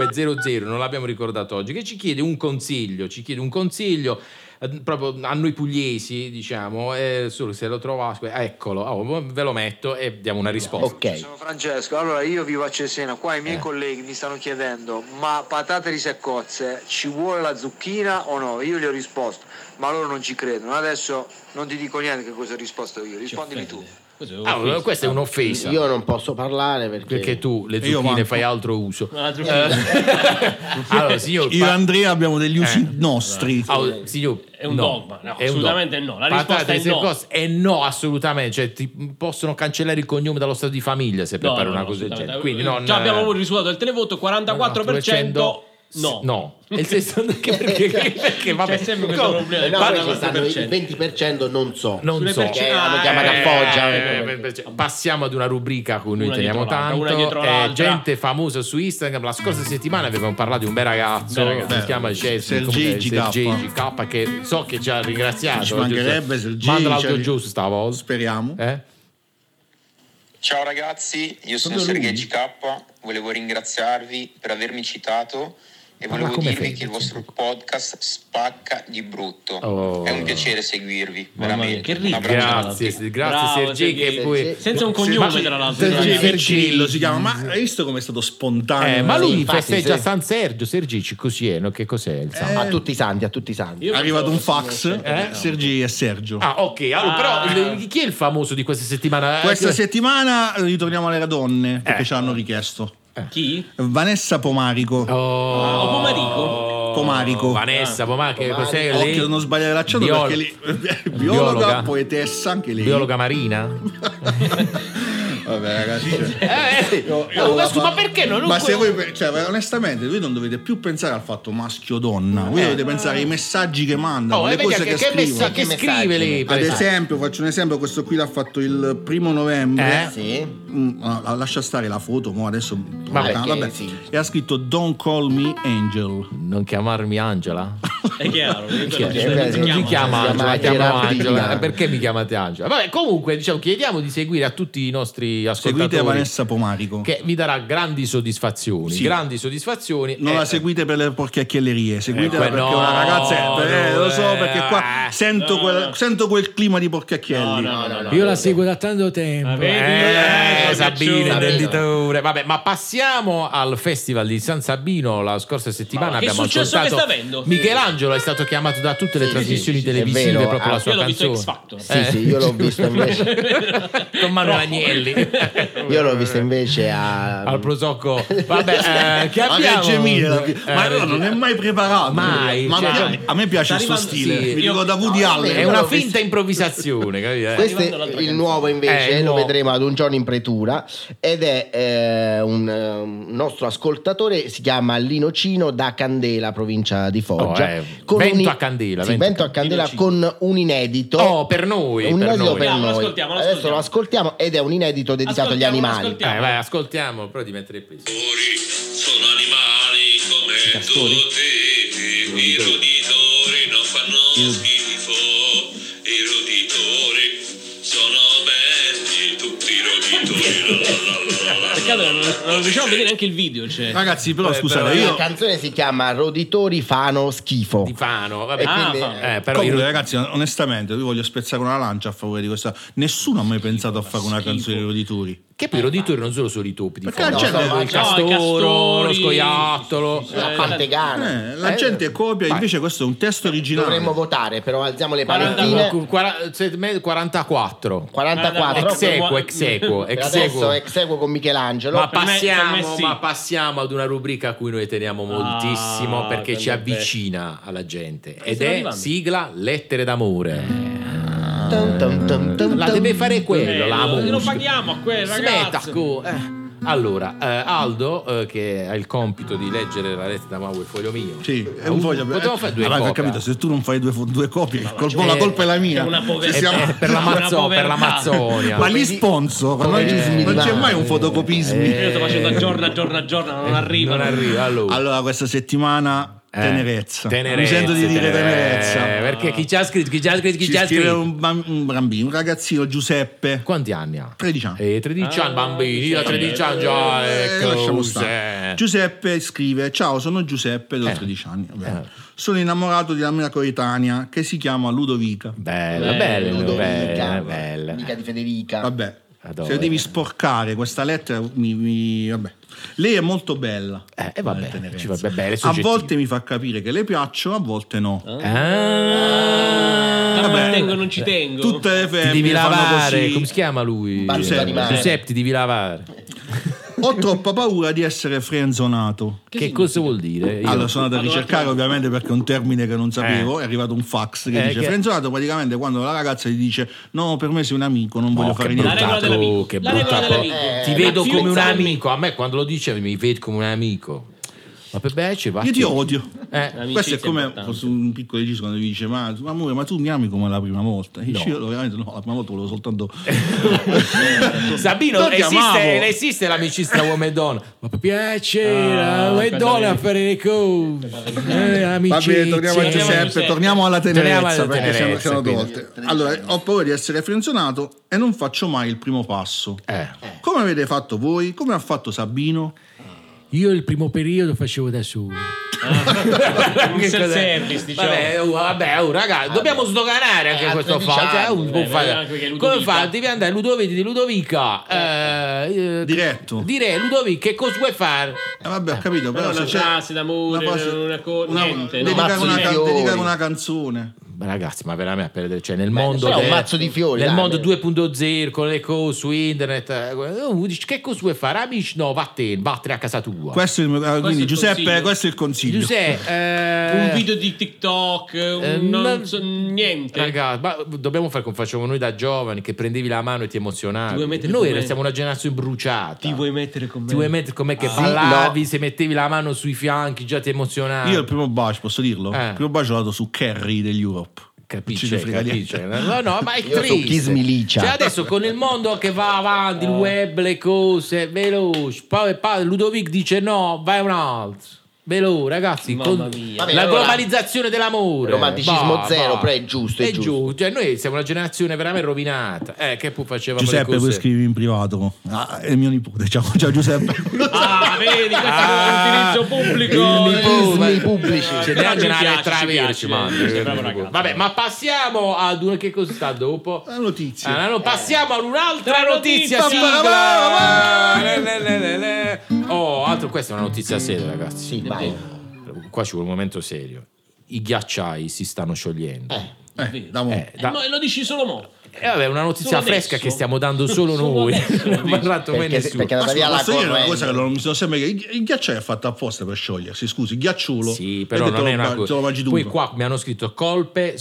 Speaker 4: 7200, non l'abbiamo ricordato oggi, che ci chiede un consiglio, ci chiede un consiglio eh, proprio a noi pugliesi, diciamo, eh, solo se lo trovo, aspe- ah, eccolo, oh, ve lo metto e diamo una risposta.
Speaker 5: Ok.
Speaker 6: Sono Francesco, allora io vivo a Cesena, qua i miei colleghi mi stanno chiedendo ma patate risaccozze ci vuole la zucchina o no? Io gli ho risposto, ma loro non ci credono. Adesso non ti dico niente che cosa ho risposto io, rispondimi tu.
Speaker 2: Questo
Speaker 4: Ah, allora, questa è un'offesa.
Speaker 5: Io non posso parlare perché,
Speaker 4: Perché tu le
Speaker 3: E io
Speaker 4: zucchine
Speaker 3: manco.
Speaker 4: fai altro uso.
Speaker 2: Un altro-
Speaker 4: allora, signor,
Speaker 3: Io e
Speaker 4: pa-
Speaker 3: Andrea abbiamo degli usi
Speaker 4: Eh.
Speaker 3: nostri.
Speaker 4: Allora, signor,
Speaker 2: È un
Speaker 4: no.
Speaker 2: dogma, no,
Speaker 4: È un
Speaker 2: assolutamente no. La risposta
Speaker 4: Patate,
Speaker 2: è
Speaker 4: se
Speaker 2: no.
Speaker 4: cos- è no, assolutamente. Cioè, ti possono cancellare il cognome dallo stato di famiglia se prepari una cosa del genere.
Speaker 2: assolutamente. Eh,
Speaker 4: Quindi non, eh,
Speaker 2: Già abbiamo risultato del televoto, 44% no. [LAUGHS]
Speaker 4: No. E il 60 che- perché, perché vabbè,
Speaker 2: C'è sempre questo
Speaker 4: no,
Speaker 2: problema.
Speaker 5: Eh, no,
Speaker 4: parla-
Speaker 5: poi ci stanno il
Speaker 2: 40%.
Speaker 5: 20% non so.
Speaker 4: non
Speaker 2: sulle
Speaker 4: so.
Speaker 2: perce-
Speaker 5: Perché l'hanno
Speaker 2: Ah,
Speaker 5: chiamata
Speaker 2: eh,
Speaker 5: Foggia.
Speaker 4: Eh, beh, beh, cioè, passiamo ad una rubrica a cui noi
Speaker 2: Una
Speaker 4: teniamo
Speaker 2: dietro l'altra, una
Speaker 4: tanto.
Speaker 2: dietro
Speaker 4: Eh,
Speaker 2: l'altra.
Speaker 4: gente famosa su Instagram. La scorsa settimana avevamo parlato di un bel ragazzo.
Speaker 2: Bel ragazzo.
Speaker 4: Si chiama Jason,
Speaker 3: Sergei
Speaker 4: comunque,
Speaker 3: GK.
Speaker 4: Sergei GK. Che so che ci ha ringraziato.
Speaker 3: Ci mancherebbe, Sergei,
Speaker 4: Manda l'audio
Speaker 3: cioè-
Speaker 4: giusto stavolta.
Speaker 3: Speriamo.
Speaker 4: Eh?
Speaker 7: Ciao ragazzi, io sono
Speaker 2: Proprio lui?
Speaker 7: Sergei GK, volevo ringraziarvi per avermi citato e
Speaker 4: Ma
Speaker 7: volevo
Speaker 4: come
Speaker 7: dirvi
Speaker 4: fai,
Speaker 7: che il vostro
Speaker 4: Gianluca?
Speaker 7: podcast spacca di brutto.
Speaker 4: Oh.
Speaker 7: È un piacere seguirvi,
Speaker 2: Mamma mia,
Speaker 7: veramente.
Speaker 2: che
Speaker 7: Un
Speaker 2: riga.
Speaker 7: abbraccio a tutti.
Speaker 4: Grazie, grazie
Speaker 2: Bravo,
Speaker 4: Sergei.
Speaker 2: Sergei.
Speaker 4: Che poi...
Speaker 2: Senza un cognome,
Speaker 4: Ma-
Speaker 2: tra l'altro.
Speaker 4: Sergei-
Speaker 2: Esatto.
Speaker 3: Virgillo si chiama, ma hai visto com'è stato spontaneo?
Speaker 4: Eh, ma lui
Speaker 5: Sì, infatti,
Speaker 4: festeggia
Speaker 5: sì.
Speaker 4: San Sergio, Sergici, così è, no? che cos'è il San?
Speaker 5: A tutti i santi, a tutti i santi.
Speaker 2: Io
Speaker 3: È
Speaker 2: non
Speaker 3: arrivato
Speaker 2: so
Speaker 3: un
Speaker 2: se sono
Speaker 3: fax,
Speaker 2: sempre-
Speaker 3: eh, Sergei e Sergio.
Speaker 4: Ah, ok, allora,
Speaker 2: Ah.
Speaker 4: però eh, chi è il famoso di questa settimana?
Speaker 3: Questa
Speaker 4: Eh,
Speaker 3: settimana ritorniamo alle donne perché ce l'hanno richiesto.
Speaker 2: Chi?
Speaker 3: Vanessa Pomarico.
Speaker 4: Oh,
Speaker 2: Ah, o Pomarico?
Speaker 3: Pomarico.
Speaker 4: Vanessa, Pomarico, che cos'è
Speaker 5: Pomarico.
Speaker 4: lei?
Speaker 3: Occhio, non sbagliare l'accento
Speaker 4: Biolo-
Speaker 3: perché lei- [LAUGHS] biologa,
Speaker 4: Biologa.
Speaker 3: poetessa, anche lei.
Speaker 4: Biologa marina?
Speaker 3: Vabbè, ragazzi. cioè,
Speaker 4: Eh,
Speaker 3: io-
Speaker 4: no,
Speaker 3: io-
Speaker 4: ma scusa, ma perché no? Non
Speaker 3: ma se
Speaker 4: quello-
Speaker 3: voi, pe- cioè, onestamente, voi non dovete più pensare al fatto maschio-donna, voi dovete pensare ai messaggi che mandano,
Speaker 4: Oh, eh,
Speaker 3: le
Speaker 4: vedi
Speaker 3: cose
Speaker 4: che,
Speaker 3: che,
Speaker 4: che
Speaker 3: scrivono.
Speaker 4: messa- che
Speaker 5: Che
Speaker 4: scrive
Speaker 5: messaggi,
Speaker 4: lì? per
Speaker 3: Ad
Speaker 4: esempio?
Speaker 3: esempio, faccio un esempio, questo qui l'ha fatto il primo novembre.
Speaker 4: Eh?
Speaker 5: Sì.
Speaker 3: Mm, ah, la- lascia stare la foto, mo adesso
Speaker 5: Vabbè,
Speaker 3: ah,
Speaker 5: che- sì.
Speaker 3: E ha scritto Don't call me Angel.
Speaker 4: Non chiamarmi Angela?
Speaker 2: È chiaro. non
Speaker 4: Chi
Speaker 2: si-
Speaker 4: è?
Speaker 5: eh,
Speaker 2: Cioè, non si
Speaker 4: Cioè, non ti chiama
Speaker 5: chiama? Si
Speaker 4: Angela,
Speaker 5: chiama
Speaker 4: la chiamo
Speaker 5: Gerardina.
Speaker 4: Angela. Eh, Perché mi chiamate Angela? Vabbè, comunque, diciamo, chiediamo di seguire a tutti i nostri ascoltatori.
Speaker 3: Seguite Vanessa Pomarico.
Speaker 4: Che vi darà grandi soddisfazioni.
Speaker 3: Sì.
Speaker 4: Grandi soddisfazioni.
Speaker 3: Non
Speaker 4: Eh,
Speaker 3: la seguite per le porchiacchiellerie, seguitela
Speaker 4: Eh, que- no,
Speaker 3: perché è una ragazza. eh,
Speaker 4: no,
Speaker 3: lo so
Speaker 4: eh,
Speaker 3: perché qua
Speaker 4: eh.
Speaker 3: sento,
Speaker 2: No,
Speaker 3: quel,
Speaker 2: no.
Speaker 3: sento quel clima di porchiacchielli.
Speaker 2: No, no, no, no.
Speaker 8: Io la seguo da tanto tempo.
Speaker 2: Ma vedi?
Speaker 4: Eh,
Speaker 2: Eh,
Speaker 4: Sabino,
Speaker 2: Sabino.
Speaker 4: intenditore. Vabbè, ma passiamo al Festival di San Sabino. La scorsa settimana
Speaker 2: Ma che
Speaker 4: abbiamo
Speaker 2: successo che
Speaker 4: ascoltato
Speaker 2: sta avendo?
Speaker 4: Michelangelo titolo è stato chiamato da tutte le
Speaker 5: Sì,
Speaker 4: trasmissioni
Speaker 5: sì, sì, sì, è
Speaker 4: televisive
Speaker 5: vero.
Speaker 4: proprio
Speaker 5: Ah,
Speaker 4: la sua
Speaker 2: io l'ho visto
Speaker 4: canzone.
Speaker 2: X Factor.
Speaker 5: Sì, sì, io
Speaker 4: Eh.
Speaker 5: l'ho visto invece.
Speaker 4: [LAUGHS] Con Manu
Speaker 2: Troppo.
Speaker 4: Agnelli.
Speaker 5: Io l'ho vista invece a...
Speaker 4: al prosocco. Vabbè, eh, che
Speaker 3: Ma
Speaker 4: abbiamo?
Speaker 3: Reggio Emilia, la- ma
Speaker 4: Eh,
Speaker 3: allora non è mai preparato.
Speaker 4: Mai,
Speaker 3: Ma
Speaker 4: cioè-
Speaker 3: a me- a me piace il
Speaker 2: Sta
Speaker 3: suo
Speaker 2: arrivando-
Speaker 3: stile.
Speaker 2: sì,
Speaker 3: Mi
Speaker 2: io-
Speaker 3: ricorda Woody
Speaker 5: no,
Speaker 3: Allen.
Speaker 4: È
Speaker 5: Io
Speaker 4: una
Speaker 5: l'ho
Speaker 4: finta improvvisazione, capito? Eh?
Speaker 5: Questo
Speaker 2: arrivando
Speaker 5: è
Speaker 2: l'altra
Speaker 5: il
Speaker 2: canzone.
Speaker 5: nuovo invece,
Speaker 4: Eh, il
Speaker 5: lo
Speaker 4: nuovo.
Speaker 5: vedremo ad un giorno in pretura ed è eh, un, eh, un nostro ascoltatore, si chiama Lino Cino da Candela, provincia di Foggia.
Speaker 4: Oh, eh, vento a Candela,
Speaker 5: sì,
Speaker 4: vento
Speaker 5: vento,
Speaker 4: a
Speaker 5: a Candela
Speaker 2: Lino Cino.
Speaker 5: con un inedito.
Speaker 4: Oh, per noi,
Speaker 5: un
Speaker 4: per
Speaker 5: inedito
Speaker 4: noi.
Speaker 5: per
Speaker 2: Ascoltiamo,
Speaker 5: noi.
Speaker 2: ascoltiamo,
Speaker 5: Adesso lo ascoltiamo ed è un inedito dedicato agli
Speaker 2: Ascoltiamo,
Speaker 5: animali.
Speaker 2: ascoltiamo.
Speaker 4: Eh, vai, ascoltiamo, però di mettere il play.
Speaker 8: Tori sono animali come
Speaker 2: Castori?
Speaker 8: tutti, i roditori non fanno schifo, i roditori sono belli, tutti i roditori. la, la, la, la, la,
Speaker 2: Peccato che non, non riusciamo a vedere neanche il video. Cioè.
Speaker 3: Ragazzi, però
Speaker 4: Eh,
Speaker 3: scusate,
Speaker 4: però-
Speaker 5: La
Speaker 3: io
Speaker 5: canzone si chiama Roditori Fano Schifo.
Speaker 4: Di Fano, vabbè.
Speaker 5: E
Speaker 2: Ah,
Speaker 5: quindi-
Speaker 2: fa-
Speaker 4: Eh, però
Speaker 3: Comunque,
Speaker 4: io-
Speaker 3: ragazzi, onestamente, vi voglio spezzare una lancia a favore di questa. Nessuno ha mai pensato a fare una canzone di
Speaker 2: eh,
Speaker 3: roditori.
Speaker 4: Che poi i roditori non sono solo i topi di
Speaker 3: Perché
Speaker 4: Fano,
Speaker 3: la gente-
Speaker 4: sono il
Speaker 5: no, i
Speaker 4: castoro, lo
Speaker 2: castori.
Speaker 4: scoiattolo. Eh,
Speaker 2: Sì, sì, sì.
Speaker 5: La parte gana.
Speaker 3: Eh, la gente copia, invece questo è un testo originale.
Speaker 5: Dovremmo votare, però alziamo le
Speaker 2: 40
Speaker 5: palettine.
Speaker 4: Qualcun- quara- se- me- 44.
Speaker 5: 44.
Speaker 4: Ex equo, ex equo,
Speaker 5: Per
Speaker 4: ex
Speaker 5: adesso
Speaker 4: equo.
Speaker 5: ex equo con Michelangelo.
Speaker 4: Ma
Speaker 2: per me-
Speaker 4: passiamo,
Speaker 2: per me sì.
Speaker 4: ma passiamo ad una rubrica a cui noi teniamo moltissimo
Speaker 2: Ah,
Speaker 4: perché ci
Speaker 2: quando è bello.
Speaker 4: avvicina alla gente ed
Speaker 2: stiamo
Speaker 4: è
Speaker 2: arrivando. Eh.
Speaker 4: sigla Lettere d'amore.
Speaker 5: Tum, tum, tum, tum,
Speaker 4: La
Speaker 5: tum.
Speaker 4: deve fare quello,
Speaker 2: Bello,
Speaker 4: la
Speaker 2: Eh, lo
Speaker 4: musica.
Speaker 2: paghiamo a quel ragazzo.
Speaker 4: Smetaco. Eh. Allora, eh, Aldo, eh, che ha il compito di leggere la lettera d'amore, il foglio mio.
Speaker 3: Sì, è un foglio.
Speaker 4: Potevamo fare due
Speaker 3: Allora, ho
Speaker 4: copie.
Speaker 3: capito, se tu non fai due, fo- due copie, col- la
Speaker 4: eh,
Speaker 3: colpa è la mia.
Speaker 2: c'è una povertà.
Speaker 3: Ci siamo-
Speaker 4: Eh, per, la
Speaker 2: [LAUGHS] Una
Speaker 4: Mazzo- per
Speaker 2: povertà.
Speaker 4: l'Amazzonia.
Speaker 3: Ma gli sponsor, non,
Speaker 5: come
Speaker 3: ci-
Speaker 5: Disney,
Speaker 3: non c'è
Speaker 5: va.
Speaker 3: mai un fotocopismi.
Speaker 2: Eh, Io sto facendo a giorno, a giorno, a giorno, non arriva.
Speaker 4: Eh, Non arriva, allora.
Speaker 3: Allora, questa settimana,
Speaker 4: Oh. Eh,
Speaker 3: tenerezza. Mi
Speaker 4: tenerezza,
Speaker 3: sento di dire
Speaker 4: tenerezza.
Speaker 3: tenerezza.
Speaker 4: Eh, perché chi ci ha scritto, chi ci ha scritto, chi ci
Speaker 3: Ci
Speaker 4: ha
Speaker 3: scrive
Speaker 4: scritto.
Speaker 3: un, bam- un bambino, un ragazzino, Giuseppe,
Speaker 4: Quanti anni ha?
Speaker 3: 13 anni.
Speaker 4: Eh, ecco, 13 anni,
Speaker 2: Ah,
Speaker 4: bambini,
Speaker 2: sì.
Speaker 4: da 13 anni già
Speaker 3: Eh,
Speaker 4: è
Speaker 3: lasciamo
Speaker 4: close,
Speaker 3: stare.
Speaker 4: eh.
Speaker 3: Giuseppe scrive: Ciao, sono Giuseppe, ho
Speaker 4: Eh.
Speaker 3: 13 anni. vabbè.
Speaker 4: Eh.
Speaker 3: Sono innamorato di una mia coetanea che si chiama Ludovica.
Speaker 4: Bella,
Speaker 2: Eh,
Speaker 4: bella,
Speaker 5: Ludovica,
Speaker 4: bella, bella.
Speaker 5: amica di Federica.
Speaker 3: Vabbè,
Speaker 4: Adoro.
Speaker 3: se devi sporcare questa lettera, mi, mi- vabbè. Lei è molto bella.
Speaker 4: Eh, e vabbè,
Speaker 3: Eh, tenerezza.
Speaker 4: ci va bene, bella, è
Speaker 3: a
Speaker 4: soggettiva.
Speaker 3: volte mi fa capire che le piaccio, a volte no.
Speaker 4: Ah,
Speaker 2: Ah,
Speaker 3: Eh, Vabbè.
Speaker 2: tengo, non ci tengo.
Speaker 3: Tutte le
Speaker 4: ti devi
Speaker 3: femmine fanno
Speaker 4: lavare,
Speaker 3: così.
Speaker 4: come si chiama lui?
Speaker 5: Bambino
Speaker 4: Giuseppe,
Speaker 5: animale.
Speaker 4: Giuseppe, ti devi lavare.
Speaker 3: Ho troppa paura di essere frenzonato.
Speaker 4: Che, cosa vuol dire? Io-
Speaker 3: Allora sono andato a
Speaker 2: Vado un
Speaker 3: ricercare
Speaker 2: attimo.
Speaker 3: ovviamente perché è un termine che non sapevo, è arrivato un fax che
Speaker 4: Eh,
Speaker 3: dice
Speaker 4: che-
Speaker 3: frenzonato praticamente quando la ragazza gli dice no per me sei un amico, non voglio
Speaker 4: Oh,
Speaker 3: fare
Speaker 4: che
Speaker 2: La
Speaker 3: niente.
Speaker 2: regola
Speaker 4: brutta,
Speaker 2: dell'amico.
Speaker 4: oh, che
Speaker 2: La regola
Speaker 4: brutta
Speaker 2: dell'amico.
Speaker 4: cosa.
Speaker 5: Eh,
Speaker 4: Ti
Speaker 5: la
Speaker 4: vedo come un
Speaker 2: fidanzata
Speaker 4: amico. A me quando lo dice mi vedo come un amico. Ma per me ci va.
Speaker 3: Io ti
Speaker 4: che-
Speaker 3: odio.
Speaker 4: Eh,
Speaker 3: Questo
Speaker 2: L'amicizia
Speaker 3: è come
Speaker 2: importante.
Speaker 3: fosse un piccolo deciso quando mi dice ma tu, amore ma tu mi ami come la prima volta? E dice,
Speaker 4: No.
Speaker 3: io veramente no, la prima volta volevo
Speaker 4: [LAUGHS]
Speaker 3: soltanto...
Speaker 4: Sabino,
Speaker 3: Non ti amavo. eh,
Speaker 4: esiste, esiste l'amicizia uomo e
Speaker 3: [LAUGHS]
Speaker 4: donna. Ma per piacere,
Speaker 2: Ah,
Speaker 4: uomo e
Speaker 2: quando
Speaker 4: donna a
Speaker 2: vedi.
Speaker 4: fare le cose. Eh,
Speaker 3: Va
Speaker 4: amicizia.
Speaker 3: bene, torniamo a Giuseppe,
Speaker 2: Giuseppe.
Speaker 3: torniamo alla
Speaker 4: Torniamo alla
Speaker 3: tenerezza perché siamo,
Speaker 4: tenerezza,
Speaker 3: siamo
Speaker 4: quindi.
Speaker 3: tolte. Allora, ho paura di essere frenzonato e non faccio mai il primo passo.
Speaker 4: Eh,
Speaker 3: Come avete fatto voi? Come ha fatto Sabino?
Speaker 4: io il primo periodo facevo da solo.
Speaker 5: Ah.
Speaker 4: [LAUGHS]
Speaker 2: Un
Speaker 4: Che
Speaker 2: self
Speaker 4: cos'è?
Speaker 2: service, diciamo.
Speaker 4: Vabbè, oh, vabbè oh, raga, dobbiamo sdoganare anche
Speaker 5: Ah, Eh, a
Speaker 4: questo
Speaker 5: 13
Speaker 4: fatto. Cioè,
Speaker 5: anni,
Speaker 4: un po'
Speaker 2: eh,
Speaker 4: fare-
Speaker 2: anche perché Ludovica-
Speaker 4: Come fa? Devi andare a Ludovica di Ludovica. eh, eh,
Speaker 3: Diretto.
Speaker 4: Dire Ludovica, che cosa vuoi fare?
Speaker 3: Eh, vabbè, ho capito, però
Speaker 2: una
Speaker 3: se c'è
Speaker 2: frase d'amore,
Speaker 3: frase-
Speaker 2: una co- niente, no?
Speaker 3: dedicare,
Speaker 5: Mazzo
Speaker 3: una,
Speaker 5: di
Speaker 3: can-
Speaker 5: fiori.
Speaker 3: dedicare una canzone.
Speaker 4: Ma Ragazzi, ma veramente a perdere, cioè nel mondo
Speaker 5: però è un
Speaker 4: del-
Speaker 5: mazzo di fiori,
Speaker 4: nel
Speaker 5: dai,
Speaker 4: mondo
Speaker 5: dai.
Speaker 4: 2.0 con le cose su internet, eh, uno dice, che cosa vuoi fare? Amici, no, vattene, vattene a casa tua.
Speaker 3: Questo è il, eh,
Speaker 2: è
Speaker 3: quindi
Speaker 2: il
Speaker 3: Giuseppe,
Speaker 2: consiglio.
Speaker 3: questo è il consiglio.
Speaker 4: Giuseppe, eh,
Speaker 2: Un video di TikTok, un
Speaker 4: eh,
Speaker 2: non
Speaker 4: non-
Speaker 2: so niente.
Speaker 4: Raga, ma dobbiamo fare come facevamo noi da giovani, che prendevi la mano e ti
Speaker 2: Ti
Speaker 4: emozionavi.
Speaker 2: vuoi mettere
Speaker 4: Noi
Speaker 2: con me?
Speaker 4: siamo una generazione bruciata.
Speaker 2: Ti vuoi mettere con me?
Speaker 4: Ti vuoi mettere com'è che
Speaker 5: Sì,
Speaker 4: ballavi,
Speaker 5: no.
Speaker 4: se mettevi la mano sui fianchi già ti emozionavi.
Speaker 3: Io il primo bacio, posso dirlo?
Speaker 4: Eh.
Speaker 3: Il primo bacio l'ho dato su Kerry degli Europe.
Speaker 4: Capisce,
Speaker 3: Non ce ne frega
Speaker 4: capisce.
Speaker 3: niente.
Speaker 4: No, no,
Speaker 2: [LAUGHS]
Speaker 4: ma è
Speaker 5: Io so
Speaker 4: triste.
Speaker 5: chi smilicia.
Speaker 4: Cioè, adesso con il mondo che va avanti, il
Speaker 2: Ah.
Speaker 4: web, le cose, veloce. Poi, poi Ludovic dice no, vai un altro. Veloce, ragazzi,
Speaker 2: Mamma
Speaker 4: con
Speaker 2: mia.
Speaker 5: Vabbè,
Speaker 4: la
Speaker 5: allora,
Speaker 4: globalizzazione dell'amore.
Speaker 5: romanticismo zero, però è giusto, è
Speaker 4: È
Speaker 5: giusto.
Speaker 4: giusto. Cioè, noi siamo una generazione veramente rovinata. Eh, che poi facevamo
Speaker 3: [LAUGHS] Giuseppe,
Speaker 4: le
Speaker 3: poi
Speaker 4: cose.
Speaker 3: scrivi in privato. Ah, è mio nipote. Ciao,
Speaker 4: [LAUGHS]
Speaker 3: ciao Giuseppe.
Speaker 2: Ah, vedi, questo
Speaker 4: Ah,
Speaker 2: è un utilizzo pubblico. Eh,
Speaker 4: il nipote,
Speaker 5: Ismi
Speaker 4: ma-
Speaker 5: eh, pubblici.
Speaker 4: Cioè,
Speaker 2: Però ci
Speaker 4: neanche una
Speaker 2: piace,
Speaker 4: lettera
Speaker 2: ci
Speaker 4: vera
Speaker 2: piace,
Speaker 4: ci manda.
Speaker 2: sei bravo ragazzo.
Speaker 4: Vabbè, ma passiamo ad una che cosa sta dopo?
Speaker 3: La notizia.
Speaker 4: Ah, no, passiamo ad un'altra
Speaker 2: La
Speaker 4: notizia,
Speaker 2: notizia,
Speaker 4: sigla. Le, le, le, le, le. Oh, altro questa è una notizia seria, ragazzi.
Speaker 5: Sì, vai.
Speaker 4: Qua ci vuole un momento serio. i ghiacciai si stanno sciogliendo.
Speaker 5: Eh,
Speaker 3: Eh, da mo'.
Speaker 4: Eh,
Speaker 2: Eh,
Speaker 4: da-
Speaker 2: ma lo dici solo mo.
Speaker 4: eh, vabbè, una notizia
Speaker 2: Solo
Speaker 4: fresca
Speaker 2: adesso?
Speaker 4: che stiamo dando solo
Speaker 2: Solo
Speaker 4: noi. [LAUGHS]
Speaker 2: adesso,
Speaker 4: non
Speaker 2: dici?
Speaker 4: ha parlato mai
Speaker 5: Perché-
Speaker 4: nessuno.
Speaker 5: perché-
Speaker 3: Ma
Speaker 5: via la
Speaker 3: posso dire una cosa che
Speaker 5: corrente.
Speaker 3: non mi sono sempre il il ghiacciaio è fatto apposta per sciogliersi scusi il ghiacciolo
Speaker 4: Sì,
Speaker 3: E
Speaker 4: però
Speaker 3: te
Speaker 4: non
Speaker 3: lo
Speaker 4: è una
Speaker 3: ma- te lo mangi
Speaker 4: cosa.
Speaker 3: tutto
Speaker 4: Poi qua mi hanno scritto colpe,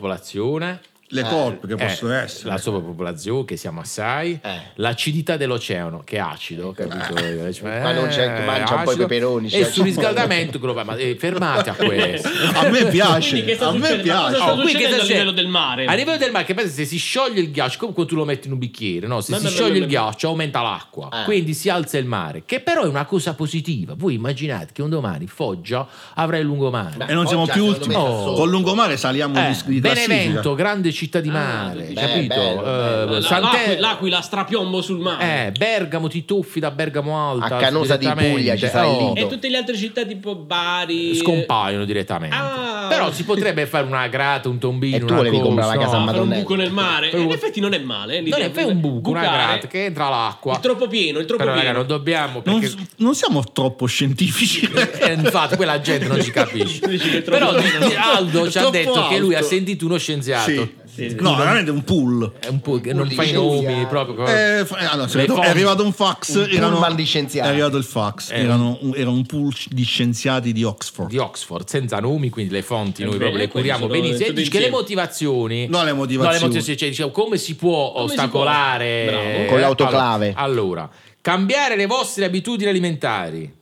Speaker 4: sovrappopolazione.
Speaker 3: le colpe che
Speaker 4: eh,
Speaker 3: possono essere
Speaker 4: La sovrappopolazione, che siamo assai.
Speaker 5: Eh.
Speaker 4: L'acidità dell'oceano, che è acido, capito? Cioè,
Speaker 5: Qua non c'è- mangia un po' i
Speaker 4: acido.
Speaker 5: peperoni,
Speaker 4: E
Speaker 5: c'è-
Speaker 4: sul riscaldamento globale. Ma eh, fermate a questo.
Speaker 3: a me piace
Speaker 2: Quindi che sta
Speaker 3: a me
Speaker 2: succedendo? Ma
Speaker 3: piace
Speaker 2: cosa sta
Speaker 4: Oh, qui che
Speaker 2: succedendo a
Speaker 4: succede?
Speaker 2: livello del mare?
Speaker 4: A livello del mare, che pensa se si scioglie il ghiaccio, comunque tu lo metti in un bicchiere, no? Se
Speaker 2: Ma-
Speaker 4: si
Speaker 2: ma-
Speaker 4: scioglie
Speaker 2: ma-
Speaker 4: il ghiaccio aumenta l'acqua,
Speaker 5: Ah.
Speaker 4: quindi si alza il mare, che però è una cosa positiva. Voi immaginate che un domani Foggia avrà il lungomare.
Speaker 3: e non siamo
Speaker 5: Foggia,
Speaker 3: più
Speaker 5: secondo
Speaker 3: ultimi
Speaker 5: me,
Speaker 4: sta
Speaker 3: con
Speaker 5: sotto.
Speaker 3: con lungomare saliamo
Speaker 4: Oh. Eh,
Speaker 3: di, di classifica
Speaker 4: Benevento, grande città di mare,
Speaker 2: tutti-
Speaker 4: capito?
Speaker 5: Eh, bello, bello.
Speaker 4: Eh,
Speaker 2: La-
Speaker 4: Sant'E-
Speaker 2: L'Aquila, l'Aquila strapiombo sul mare.
Speaker 4: eh, Bergamo, ti tuffi da Bergamo Alta.
Speaker 5: A Canosa di
Speaker 4: direttamente.
Speaker 5: Puglia ci sarà il
Speaker 4: Oh.
Speaker 5: lido.
Speaker 2: E tutte le altre città tipo Bari.
Speaker 4: scompaiono direttamente.
Speaker 2: Ah.
Speaker 4: Però si potrebbe fare una grata, un tombino,
Speaker 5: E tu
Speaker 4: una
Speaker 5: volevi
Speaker 4: cosa,
Speaker 5: comprare la
Speaker 4: no?
Speaker 5: casa a
Speaker 2: Ah, fare un
Speaker 5: Madonnella.
Speaker 2: buco nel mare.
Speaker 4: Fai un-
Speaker 2: Eh, In effetti non è male. eh,
Speaker 4: No,
Speaker 2: l'idea.
Speaker 4: ne fai un buco, una
Speaker 2: Bucare.
Speaker 4: grata che entra l'acqua.
Speaker 2: Il troppo pieno, il troppo
Speaker 4: Però,
Speaker 2: pieno.
Speaker 4: raga, non dobbiamo
Speaker 3: non,
Speaker 4: perché.
Speaker 3: non siamo troppo scientifici
Speaker 4: [LAUGHS] Eh, infatti, quella gente non ci capisce.
Speaker 2: [LAUGHS] Dici che è troppo
Speaker 4: Però di-
Speaker 2: pieno.
Speaker 4: di- Aldo ci ha
Speaker 3: Troppo
Speaker 4: detto che lui ha
Speaker 3: alto.
Speaker 4: sentito uno scienziato.
Speaker 3: Sì. no veramente un pool
Speaker 4: È un po' che non
Speaker 5: Un
Speaker 4: fa i
Speaker 5: scienziato.
Speaker 4: nomi proprio. come-
Speaker 3: Eh, f- eh, allora, se
Speaker 4: Oh. Le
Speaker 3: vedo-
Speaker 4: fonti.
Speaker 3: è arrivato un fax
Speaker 5: Un
Speaker 3: erano-
Speaker 5: pullman di scienziati.
Speaker 3: è arrivato il fax
Speaker 4: Eh.
Speaker 3: erano un- era un pool di scienziati di Oxford
Speaker 4: Di Oxford, senza nomi, quindi le fonti
Speaker 2: Eh,
Speaker 4: noi
Speaker 2: beh,
Speaker 4: proprio le
Speaker 2: quindi
Speaker 4: curiamo
Speaker 2: sono
Speaker 4: benissimo. E
Speaker 2: tutti
Speaker 4: dice che le
Speaker 2: insieme.
Speaker 4: motivazioni.
Speaker 3: No, le motivazioni.
Speaker 4: No, le motivazioni, cioè, diciamo, come si può
Speaker 2: Come si può?
Speaker 4: ostacolare
Speaker 2: Bravo.
Speaker 5: Con l'autoclave.
Speaker 4: Allora, allora, cambiare le vostre abitudini alimentari.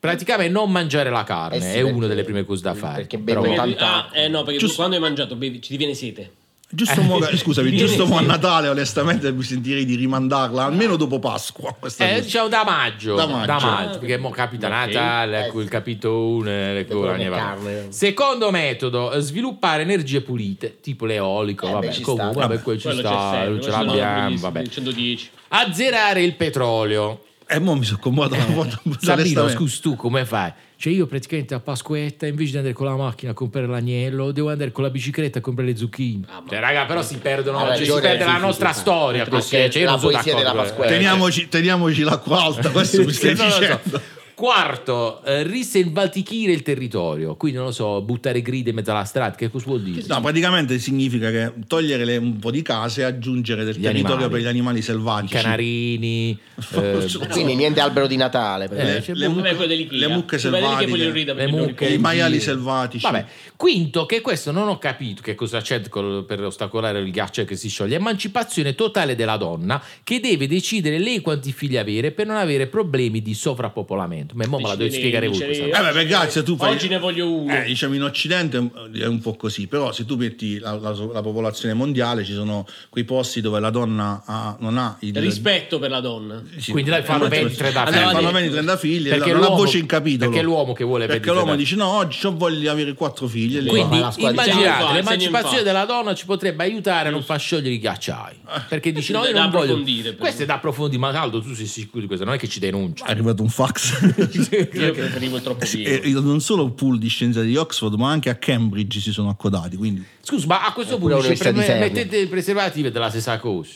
Speaker 4: Praticamente non mangiare la carne
Speaker 5: Eh sì,
Speaker 4: è una
Speaker 5: perché-
Speaker 4: delle prime cose da fare.
Speaker 5: perché
Speaker 4: Però-
Speaker 5: bevono
Speaker 2: Perché-
Speaker 5: tanta-
Speaker 2: ah, eh no, perché tu
Speaker 3: Giusto.
Speaker 2: quando hai mangiato bevi, ci diviene sete.
Speaker 4: [LAUGHS]
Speaker 3: Giusto mo-
Speaker 2: Eh,
Speaker 3: scusami,
Speaker 2: sì,
Speaker 3: giusto
Speaker 2: sì.
Speaker 3: mo a Natale, onestamente, mi sentirei di rimandarla almeno dopo Pasqua. questa
Speaker 4: Eh,
Speaker 3: cosa.
Speaker 4: diciamo da maggio,
Speaker 3: Da
Speaker 4: da
Speaker 3: maggio.
Speaker 4: maggio, perché mo capita
Speaker 2: Ok.
Speaker 4: Natale, ecco il capitone, ecco
Speaker 5: Eh. Le
Speaker 4: la mia
Speaker 5: carne.
Speaker 4: vabbè. Secondo metodo, eh, sviluppare energie pulite, tipo l'eolico,
Speaker 5: Eh,
Speaker 4: vabbè,
Speaker 5: beh, ci
Speaker 4: comunque,
Speaker 5: sta.
Speaker 4: vabbè, quello ci
Speaker 2: Quello c'è
Speaker 4: sta,
Speaker 2: sempre,
Speaker 4: ce
Speaker 2: quello
Speaker 4: l'abbiamo,
Speaker 2: bellissimo,
Speaker 4: vabbè.
Speaker 2: 110.
Speaker 4: Azzerare il petrolio.
Speaker 3: E Eh, mo mi sono commodato una volta.
Speaker 4: Eh, Sabino,
Speaker 3: onestamente.
Speaker 4: scusa tu come fai? Cioè io praticamente a Pasquetta invece di andare con la macchina a comprare l'agnello devo andare con la bicicletta a comprare le zucchine. Cioè raga però si perdono,
Speaker 5: Ah,
Speaker 4: cioè,
Speaker 5: Ha
Speaker 4: si
Speaker 5: ragione,
Speaker 4: perde
Speaker 5: sì,
Speaker 4: la
Speaker 5: sì,
Speaker 4: nostra
Speaker 5: sì, sì.
Speaker 4: storia
Speaker 5: Perché
Speaker 4: così, cioè, io
Speaker 5: la
Speaker 4: non sono
Speaker 5: poesia
Speaker 4: d'accordo.
Speaker 5: della
Speaker 4: eh.
Speaker 5: Pasquetta. [LAUGHS]
Speaker 3: Teniamoci, teniamoci
Speaker 4: [LAUGHS]
Speaker 3: l'acqua alta, questo mi stai
Speaker 4: Non lo so.
Speaker 3: dicendo.
Speaker 4: Quarto, eh, riselvatichire il territorio. Quindi non lo so, buttare grida in mezzo alla strada, che cosa vuol dire?
Speaker 3: No, praticamente significa che togliere le- un po' di case e aggiungere del
Speaker 4: Gli
Speaker 3: territorio
Speaker 4: animali.
Speaker 3: per gli animali
Speaker 4: I
Speaker 3: selvatici.
Speaker 4: canarini,
Speaker 3: [LAUGHS]
Speaker 4: eh,
Speaker 5: Quindi niente albero di Natale. per
Speaker 4: Eh,
Speaker 5: esempio.
Speaker 4: cioè,
Speaker 3: le
Speaker 4: boh,
Speaker 2: Vabbè, quello dell'Ikea.
Speaker 3: le mucche
Speaker 2: Cioè, vedi che
Speaker 3: selvatiche.
Speaker 2: voglio ridere perché
Speaker 4: Le
Speaker 2: non
Speaker 4: mucche.
Speaker 3: I
Speaker 2: ricordo.
Speaker 3: maiali selvatici.
Speaker 4: Vabbè, quinto, che questo non ho capito che cosa c'è col- per ostacolare il ghiaccio che si scioglie. Emancipazione totale della donna che deve decidere lei quanti figli avere per non avere problemi di sovrappopolamento. Ma mo me la dovete
Speaker 2: Dicevi-
Speaker 4: spiegare voi.
Speaker 2: dicevi-
Speaker 4: questa
Speaker 3: Eh, beh, per grazia, tu fai-
Speaker 2: Oggi ne voglio uno.
Speaker 3: Eh, diciamo in Occidente è un po' così, però se tu metti la, la- la popolazione mondiale ci sono quei posti dove la donna ha- non ha il
Speaker 2: Rispetto per la donna.
Speaker 3: Sì.
Speaker 4: Quindi lei fanno
Speaker 3: Eh,
Speaker 4: 20-30
Speaker 3: allora,
Speaker 4: figli.
Speaker 3: fanno 20-30 figli e
Speaker 4: Perché
Speaker 3: non ha
Speaker 4: l'uomo-
Speaker 3: voce in capitolo.
Speaker 4: perché l'uomo che vuole
Speaker 3: Perché
Speaker 4: 20-30.
Speaker 3: l'uomo dice no, oggi ho voglia di avere quattro figli e lei
Speaker 4: Quindi
Speaker 5: Ma la squadra- diciamo,
Speaker 2: Segno
Speaker 4: immaginate
Speaker 2: fa,
Speaker 4: l'emancipazione
Speaker 2: segno
Speaker 4: della donna ci potrebbe aiutare a non far sciogliere i ghiacciai.
Speaker 5: Ah.
Speaker 4: Perché
Speaker 5: [LAUGHS]
Speaker 4: dici no,
Speaker 2: Da
Speaker 4: io non voglio.
Speaker 2: approfondire, però.
Speaker 4: Questo è da approfondire, ma Aldo, tu sei sicuro di questo? Non è che ci denunci.
Speaker 3: è arrivato un
Speaker 4: [LAUGHS]
Speaker 3: fax.
Speaker 2: Io preferivo il troppo
Speaker 3: Sì,
Speaker 2: pieno.
Speaker 3: [LAUGHS] e non solo un pool di scienziati di Oxford, ma anche a Cambridge si sono accodati. Quindi
Speaker 4: Scusa, ma a questo
Speaker 5: Oppure
Speaker 4: punto dice,
Speaker 5: l'Università di
Speaker 4: pre-
Speaker 5: Serni.
Speaker 4: mettete il preservativo è della stessa cosa.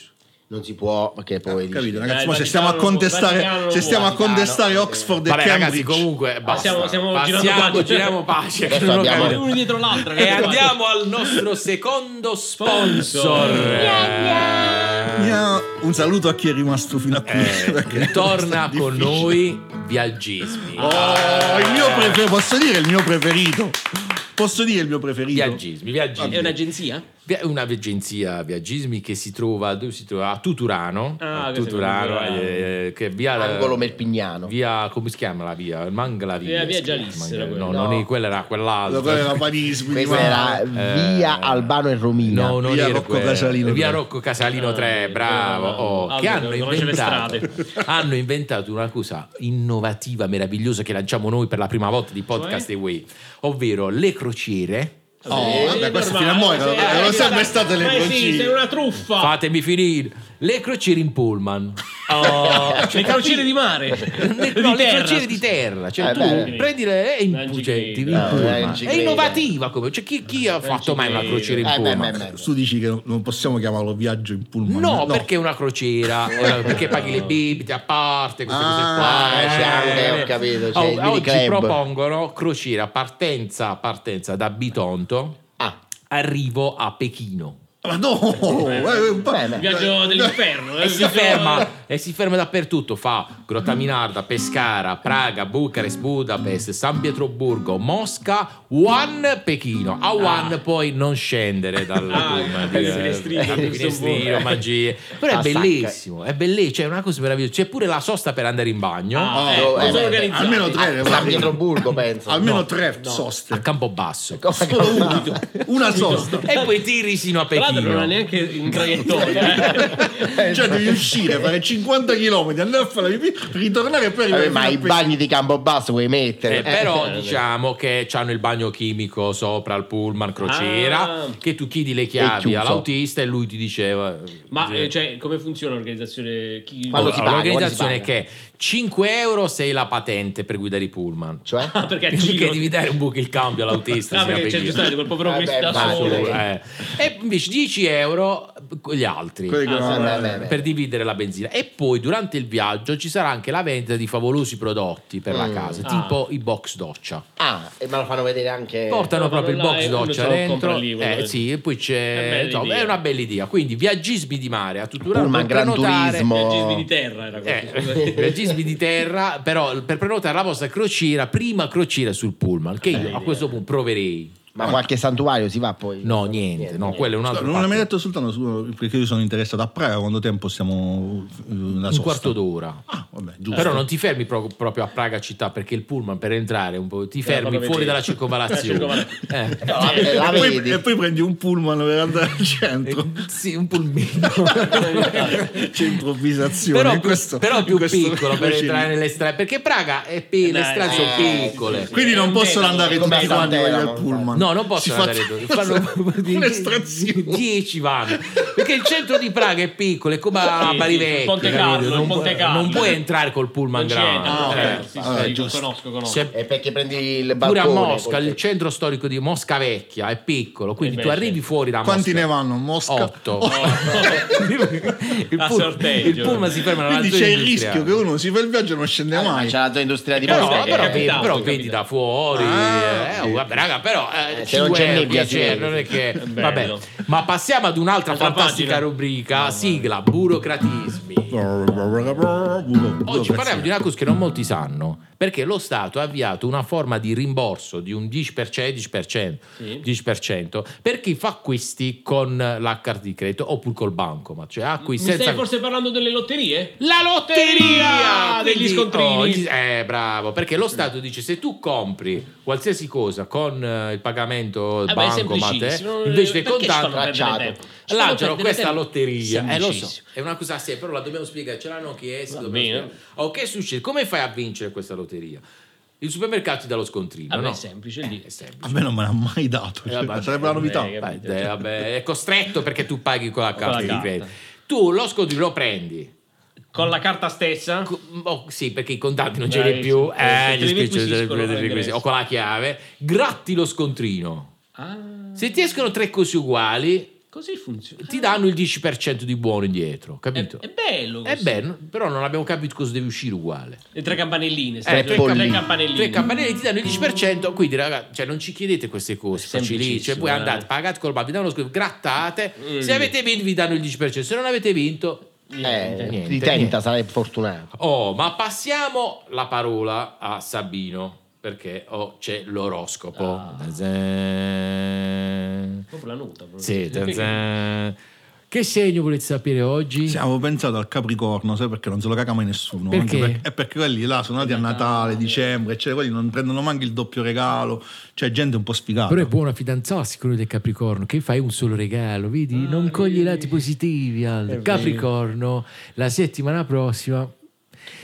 Speaker 5: Non si può, perché poi... dici-
Speaker 3: Ah, capito,
Speaker 2: Dai,
Speaker 4: Eh,
Speaker 3: ragazzi,
Speaker 2: il
Speaker 3: ma se
Speaker 2: Vaticano
Speaker 3: stiamo a
Speaker 2: lo- Vaticano
Speaker 3: contestare,
Speaker 2: lo
Speaker 3: se stiamo a
Speaker 2: vuole,
Speaker 3: contestare Oxford e
Speaker 4: Ah, Vabbè,
Speaker 3: Cambridge,
Speaker 4: ragazzi, comunque basta.
Speaker 2: Passiamo- stiamo
Speaker 4: Passiamo,
Speaker 2: girando pace.
Speaker 4: giriamo pace.
Speaker 5: Adesso
Speaker 4: Non ho
Speaker 3: eh,
Speaker 5: abbiamo-
Speaker 4: capito.
Speaker 2: Uno dietro l'altro.
Speaker 4: E
Speaker 2: ragazzi.
Speaker 4: andiamo al nostro secondo sponsor. Eh,
Speaker 3: Mia- un saluto a chi è rimasto fino a qui. [LAUGHS] perché
Speaker 4: Eh, Torna
Speaker 3: è
Speaker 4: con
Speaker 3: difficile.
Speaker 4: noi Viaggismi. Ah,
Speaker 3: Oh, il mio preferito, posso dire il mio preferito? Posso dire il mio preferito?
Speaker 4: Viaggismi, viaggismi.
Speaker 2: È un'agenzia?
Speaker 4: Vi- Un'agenzia Viaggismi che si trova, dove si trova? a Tuturano, a
Speaker 2: Ah, questo è
Speaker 4: Tuturano,
Speaker 2: Tuturano.
Speaker 4: eh, che è via
Speaker 5: Angolo Merpignano.
Speaker 4: Via, come si chiama la via? Mangla via.
Speaker 2: Eh, via
Speaker 4: si chiama,
Speaker 2: Giallis
Speaker 4: Mangla-
Speaker 2: era quella.
Speaker 4: No,
Speaker 5: No.
Speaker 4: non è- quella era
Speaker 3: Quello
Speaker 4: quell'altra.
Speaker 3: era panismi,
Speaker 5: Questa
Speaker 3: ma-
Speaker 5: era via
Speaker 4: Eh,
Speaker 5: Albano e Romina.
Speaker 4: No, non
Speaker 3: Via
Speaker 4: era
Speaker 3: Rocco
Speaker 4: quella.
Speaker 3: Casalino
Speaker 4: Via
Speaker 3: tre.
Speaker 4: Rocco Casalino
Speaker 2: Ah,
Speaker 4: 3,
Speaker 2: eh,
Speaker 4: bravo.
Speaker 2: bravo.
Speaker 4: oh,
Speaker 2: Ah,
Speaker 4: che
Speaker 2: vedi,
Speaker 4: hanno
Speaker 2: conosce le
Speaker 4: inventato, [LAUGHS] hanno inventato una cosa innovativa, meravigliosa che lanciamo noi per la prima volta di Podcast
Speaker 2: Cioè?
Speaker 4: Away, ovvero le crociere.
Speaker 3: Oh, vabbè, questo fino a mo' erano-
Speaker 2: sì,
Speaker 3: erano
Speaker 2: eh,
Speaker 3: sempre
Speaker 2: ma-
Speaker 3: state le
Speaker 2: Ma sì, Ah.
Speaker 3: crociere.
Speaker 2: sei una truffa. [LAUGHS]
Speaker 4: Fatemi finire. Le crociere in pullman.
Speaker 2: le calciere di mare.
Speaker 4: Le-
Speaker 2: Di
Speaker 4: no, le
Speaker 2: terra.
Speaker 4: crociere di terra, cioè
Speaker 5: Eh,
Speaker 4: tu
Speaker 5: beh.
Speaker 4: prendi le e in-
Speaker 2: Non ci
Speaker 4: cioè,
Speaker 2: credo.
Speaker 4: ti- in
Speaker 5: No,
Speaker 4: Pullman.
Speaker 5: non ci
Speaker 4: è
Speaker 5: credo.
Speaker 4: innovativa come, cioè, chi, chi ha
Speaker 2: Non
Speaker 4: fatto
Speaker 2: ci
Speaker 4: mai una
Speaker 2: credo.
Speaker 4: crociera in
Speaker 5: Eh, beh,
Speaker 4: Pullman?
Speaker 5: beh, beh.
Speaker 3: Tu dici che non possiamo chiamarlo viaggio in pullman.
Speaker 4: No, perché è una
Speaker 5: [LAUGHS]
Speaker 4: crociera, è una- perché paghi le bibite a parte, queste cose qua.
Speaker 5: Ah, sì, ok, ho capito, cioè,
Speaker 4: Eh, Oh,
Speaker 5: il
Speaker 4: oggi
Speaker 5: miniclub.
Speaker 4: propongono crociera partenza, partenza da Bitonto,
Speaker 5: Ah.
Speaker 4: arrivo a Pechino.
Speaker 3: Ma no! eh, un po'-
Speaker 5: Bene.
Speaker 2: Il viaggio dell'inferno. eh,
Speaker 4: E
Speaker 2: il
Speaker 4: si
Speaker 2: viaggio-
Speaker 4: ferma, e si ferma dappertutto, fa Grottaminarda, Pescara, Praga, Bucarest, Budapest, San Pietroburgo, Mosca, One, Pechino. A One poi non scendere dal
Speaker 2: Ah, [LAUGHS]
Speaker 4: pullman,
Speaker 2: dal
Speaker 4: dire-
Speaker 2: finestrino,
Speaker 4: dal
Speaker 2: giusto un
Speaker 4: finestrino,
Speaker 2: po'.
Speaker 4: magie. Però
Speaker 5: La
Speaker 4: è
Speaker 5: sacca.
Speaker 4: bellissimo, è bellissimo, c'è una cosa meravigliosa, c'è pure la sosta per andare in bagno.
Speaker 2: Ah,
Speaker 5: Oh,
Speaker 2: ecco,
Speaker 5: eh,
Speaker 2: sono
Speaker 5: beh,
Speaker 2: organizzati.
Speaker 3: almeno tre, ne
Speaker 5: San
Speaker 3: vale.
Speaker 5: Pietroburgo, penso.
Speaker 3: almeno
Speaker 5: No.
Speaker 3: tre
Speaker 4: [LAUGHS] A [LAUGHS]
Speaker 3: soste.
Speaker 4: Campobasso.
Speaker 3: Solo una, una sosta.
Speaker 4: E poi tiri sino a
Speaker 2: Tra l'altro non
Speaker 4: Pechino.
Speaker 2: ha neanche
Speaker 4: [LAUGHS]
Speaker 2: in traiettoria. eh.
Speaker 3: Cioè devi uscire, fare 50 km, andare a fare la pipì, ritornare e poi arrivare
Speaker 5: Eh, ma
Speaker 3: fino a
Speaker 5: i
Speaker 3: Pescara.
Speaker 5: bagni di Campobasso vuoi mettere?
Speaker 4: Eh, però
Speaker 5: Eh,
Speaker 4: diciamo che hanno il bagno chimico sopra il pullman crociera
Speaker 2: Ah.
Speaker 4: che tu chiedi le
Speaker 5: È
Speaker 4: chiavi
Speaker 5: chiuso.
Speaker 4: all'autista e lui ti diceva
Speaker 2: Ma
Speaker 4: eh,
Speaker 2: eh, cioè, come funziona l'organizzazione? Chi... Ah,
Speaker 5: Quando si
Speaker 4: allora,
Speaker 5: paga,
Speaker 4: l'organizzazione è
Speaker 5: quando si
Speaker 4: che 5 euro sei la patente per guidare i pullman [LAUGHS]
Speaker 5: Cioè?
Speaker 2: Ah, [LAUGHS] perché a
Speaker 4: perché
Speaker 2: Ciro-
Speaker 4: devi dare un buco il cambio all'autista
Speaker 2: [LAUGHS] Ah,
Speaker 4: signor
Speaker 2: perché c'è
Speaker 4: Pechino.
Speaker 2: giustamente quel povero
Speaker 5: Eh,
Speaker 2: messo
Speaker 5: beh,
Speaker 2: da
Speaker 5: ma-
Speaker 2: solo.
Speaker 5: giustamente.
Speaker 4: Eh. e invece 10 euro con gli altri
Speaker 3: Quelli che
Speaker 2: Ah,
Speaker 3: non
Speaker 5: eh,
Speaker 3: hanno-
Speaker 5: beh, beh, beh.
Speaker 4: per dividere la benzina e poi durante il viaggio ci sarà anche la vendita di favolosi prodotti per la
Speaker 5: Mm.
Speaker 4: casa
Speaker 2: Ah.
Speaker 4: tipo i box doccia
Speaker 5: Ah, e me lo fanno vedere anche.
Speaker 4: portano
Speaker 2: no,
Speaker 4: proprio il
Speaker 2: vanno
Speaker 4: box
Speaker 2: Eh, là e uno
Speaker 4: doccia
Speaker 2: se lo compra
Speaker 4: dentro
Speaker 2: lì, quello
Speaker 4: eh,
Speaker 2: lì.
Speaker 4: sì, e poi
Speaker 2: È
Speaker 4: c'è
Speaker 2: bella
Speaker 4: insomma,
Speaker 2: idea.
Speaker 4: è una bella idea quindi viaggismi di mare a tuttora
Speaker 5: Pullman,
Speaker 4: per
Speaker 5: Gran
Speaker 4: prenotare-
Speaker 5: Turismo.
Speaker 2: Viaggismi di terra era
Speaker 4: eh,
Speaker 2: questo.
Speaker 4: [LAUGHS]
Speaker 2: [LAUGHS]
Speaker 4: viaggismi di terra però per prenotare la vostra crociera prima crociera sul pullman che io a questo punto proverei
Speaker 5: Ma qualche santuario si va poi?
Speaker 4: no niente, no quello è un altro
Speaker 3: Non l'hai mai
Speaker 4: fatto.
Speaker 3: detto soltanto su- perché io sono interessato a Praga, quanto tempo siamo eh, la
Speaker 4: un
Speaker 3: sosta?
Speaker 4: quarto d'ora
Speaker 3: Ah, vabbè, giusto.
Speaker 4: Però non ti fermi pro- proprio a Praga città perché il pullman per entrare un po' ti fermi
Speaker 2: proprio
Speaker 4: fuori
Speaker 2: vedere. [LAUGHS]
Speaker 4: dalla circonvalazione.
Speaker 2: La circonvalazione.
Speaker 4: Eh. Eh,
Speaker 5: No, vabbè,
Speaker 4: [LAUGHS]
Speaker 5: la
Speaker 3: e, poi,
Speaker 5: vedi.
Speaker 3: e poi prendi un pullman per andare al centro.
Speaker 4: Sì, un pulmino.
Speaker 2: [LAUGHS]
Speaker 4: [LAUGHS]
Speaker 3: [LAUGHS] C'è improvvisazione.
Speaker 4: però,
Speaker 3: in questo-
Speaker 4: però
Speaker 3: in
Speaker 4: più
Speaker 3: questo-
Speaker 4: piccolo per
Speaker 3: questo-
Speaker 4: entrare nelle strade perché Praga è pe- le
Speaker 2: Eh,
Speaker 4: strade
Speaker 2: eh,
Speaker 4: sono
Speaker 5: sì,
Speaker 4: piccole
Speaker 2: sì, sì.
Speaker 3: Quindi non
Speaker 2: Eh,
Speaker 3: possono
Speaker 2: beh,
Speaker 3: andare
Speaker 5: come
Speaker 3: tutti
Speaker 5: a
Speaker 3: quanti
Speaker 5: Sant'Elmo,
Speaker 3: al
Speaker 5: infatti.
Speaker 3: pullman.
Speaker 4: No, non possono
Speaker 3: Si
Speaker 4: andare
Speaker 3: [LAUGHS]
Speaker 4: due,
Speaker 3: fa-
Speaker 4: fanno
Speaker 3: [LAUGHS] un'estrazione.
Speaker 4: 10 vanno. Perché il centro di Praga è piccolo, è come a
Speaker 2: Sì,
Speaker 4: Bari
Speaker 2: il Ponte Carlo, il
Speaker 4: non,
Speaker 2: Ponte
Speaker 4: puoi-
Speaker 2: Carlo.
Speaker 4: non puoi entrare col pullman
Speaker 2: Non c'è,
Speaker 4: grande.
Speaker 2: no,
Speaker 4: Eh.
Speaker 2: eh, sì, sì,
Speaker 3: Ah,
Speaker 2: sì,
Speaker 3: giusto.
Speaker 2: conosco, conosco.
Speaker 4: Se-
Speaker 5: E perché prendi il
Speaker 4: Pure
Speaker 5: balcone?
Speaker 4: a Mosca,
Speaker 5: col-
Speaker 4: il centro storico di Mosca Vecchia è piccolo, quindi
Speaker 2: Eh beh,
Speaker 4: tu arrivi
Speaker 2: certo.
Speaker 4: fuori da Mosca.
Speaker 3: Quanti ne vanno? Mosca? Oh,
Speaker 4: 8 [LAUGHS]
Speaker 2: A sorteggio.
Speaker 4: il pullman si ferma alla
Speaker 3: Quindi
Speaker 4: zona
Speaker 3: c'è il
Speaker 4: industriale.
Speaker 3: rischio che uno si fa il viaggio e non scende
Speaker 5: Eh, ma
Speaker 3: mai.
Speaker 5: c'è la zona industriale di
Speaker 4: però,
Speaker 5: Mosca.
Speaker 4: però,
Speaker 5: che-
Speaker 2: capitato,
Speaker 4: vedi, però
Speaker 2: capitato.
Speaker 4: vedi da fuori
Speaker 3: Ah,
Speaker 4: eh,
Speaker 3: ok.
Speaker 4: vabbè, raga però eh,
Speaker 5: Eh, se non c'è
Speaker 4: cinque
Speaker 5: nebbia,
Speaker 4: euro,
Speaker 5: si
Speaker 4: c'è,
Speaker 5: vede.
Speaker 4: non è che-
Speaker 2: bello.
Speaker 4: vabbè. ma passiamo ad un'altra
Speaker 2: Altra
Speaker 4: fantastica
Speaker 2: pagina.
Speaker 4: rubrica sigla burocratismi Oggi parliamo di una cosa che non molti sanno, perché lo Stato ha avviato una forma di rimborso di un 10%, 10%,
Speaker 2: Sì.
Speaker 4: 10% per chi fa acquisti con la carta di credito oppure col bancomat, cioè
Speaker 2: Mi
Speaker 4: acquisti
Speaker 2: stai
Speaker 4: senza
Speaker 2: forse parlando delle lotterie?
Speaker 4: la lotteria
Speaker 2: Lotteria degli scontrini.
Speaker 4: oh, gli- eh, bravo, perché lo Stato dice se tu compri qualsiasi cosa con eh, il pagamento
Speaker 2: Eh
Speaker 4: del
Speaker 2: beh, è
Speaker 4: banco,
Speaker 2: semplicissimo.
Speaker 4: invece dei
Speaker 2: Perché ci fanno
Speaker 4: contanti
Speaker 2: perdere
Speaker 5: tracciato.
Speaker 2: tempo? Ci fanno
Speaker 4: lanciano
Speaker 2: perdere
Speaker 4: questa
Speaker 2: tempo.
Speaker 4: lotteria. Eh, lo so,
Speaker 2: Semplicissimo.
Speaker 4: è una cosa seria, però la dobbiamo spiegare, ce l'hanno chiesto.
Speaker 2: Va
Speaker 4: dobbiamo
Speaker 2: bene.
Speaker 4: spiegare. Oh, che succede? Come fai a vincere questa lotteria? Il supermercato ti dà lo scontrino,
Speaker 2: Vabbè,
Speaker 4: no?
Speaker 2: Ah,
Speaker 4: Eh,
Speaker 2: è semplice lì.
Speaker 4: È
Speaker 3: A
Speaker 4: semplice.
Speaker 3: me non me l'ha mai dato.
Speaker 4: Eh,
Speaker 3: cioè,
Speaker 4: vabbè,
Speaker 3: sarebbe la novità.
Speaker 2: eh,
Speaker 4: Vai, dai, vabbè, è costretto perché tu paghi con la
Speaker 2: Con la
Speaker 4: carta di
Speaker 2: carta.
Speaker 4: credito. Tu lo scontrino lo prendi,
Speaker 2: Con la carta stessa?
Speaker 4: Co- oh, sì, perché i contanti non
Speaker 2: Eh,
Speaker 4: ce li hai
Speaker 2: sì,
Speaker 4: più, eh, gli
Speaker 2: sì, sì, te li
Speaker 4: spicci- te
Speaker 2: requisiscono
Speaker 4: li requisiscono.
Speaker 2: all'ingresso.
Speaker 4: o con la chiave, gratti lo scontrino.
Speaker 2: Ah,
Speaker 4: Se ti escono tre cose uguali,
Speaker 2: così funziona.
Speaker 4: ti danno il 10% di buono indietro,
Speaker 2: È,
Speaker 4: capito?
Speaker 2: è bello.
Speaker 4: Eh
Speaker 2: così.
Speaker 4: beh, no- però non abbiamo capito cosa deve uscire uguale.
Speaker 2: Le tre campanelline.
Speaker 4: Eh,
Speaker 2: stai-
Speaker 4: tre
Speaker 2: tre,
Speaker 5: polline.
Speaker 2: campanelline.
Speaker 4: Tre campanelle ti danno il 10%, quindi raga, cioè, non ci chiedete queste cose, facili, cioè
Speaker 2: Semplicissimo,
Speaker 4: voi
Speaker 2: eh.
Speaker 4: andate, pagate col banco, vi danno lo scontrino, grattate,
Speaker 2: Mm.
Speaker 4: se avete vinto vi danno il 10%, se non avete vinto
Speaker 2: Niente.
Speaker 5: Eh,
Speaker 4: niente,
Speaker 5: ti tenta,
Speaker 4: niente.
Speaker 5: sarai fortunato.
Speaker 4: Oh, ma passiamo la parola a Sabino perché oh, c'è l'oroscopo.
Speaker 2: Ah.
Speaker 4: Zan.
Speaker 2: Proprio la nota. proprio.
Speaker 4: Sì, zan,
Speaker 2: Perché-
Speaker 4: zan. Che segno volete sapere oggi?
Speaker 3: Sì, avevo pensato al Capricorno, sai perché non se lo caga mai nessuno.
Speaker 4: Perché?
Speaker 3: anche per- è perché Eh, quelli là sono nati a Natale, dicembre, cioè quelli non prendono manco il doppio regalo, cioè gente un po' sfigata.
Speaker 4: Però è buono fidanzarsi con quello del Capricorno, che fai un solo regalo, Ah, vedi? non cogli i lati positivi al Capricorno. La settimana prossima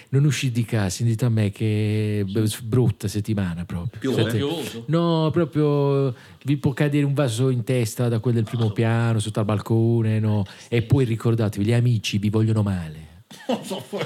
Speaker 4: non usci di casa, sentite a me che è brutta settimana proprio.
Speaker 3: Piove?
Speaker 4: Sette-
Speaker 2: Piovoso.
Speaker 4: No, proprio eh, vi può cadere un vaso in testa da quello del primo piano, sotto al balcone, no? E poi ricordatevi, gli amici vi vogliono male.
Speaker 3: Non so fuori.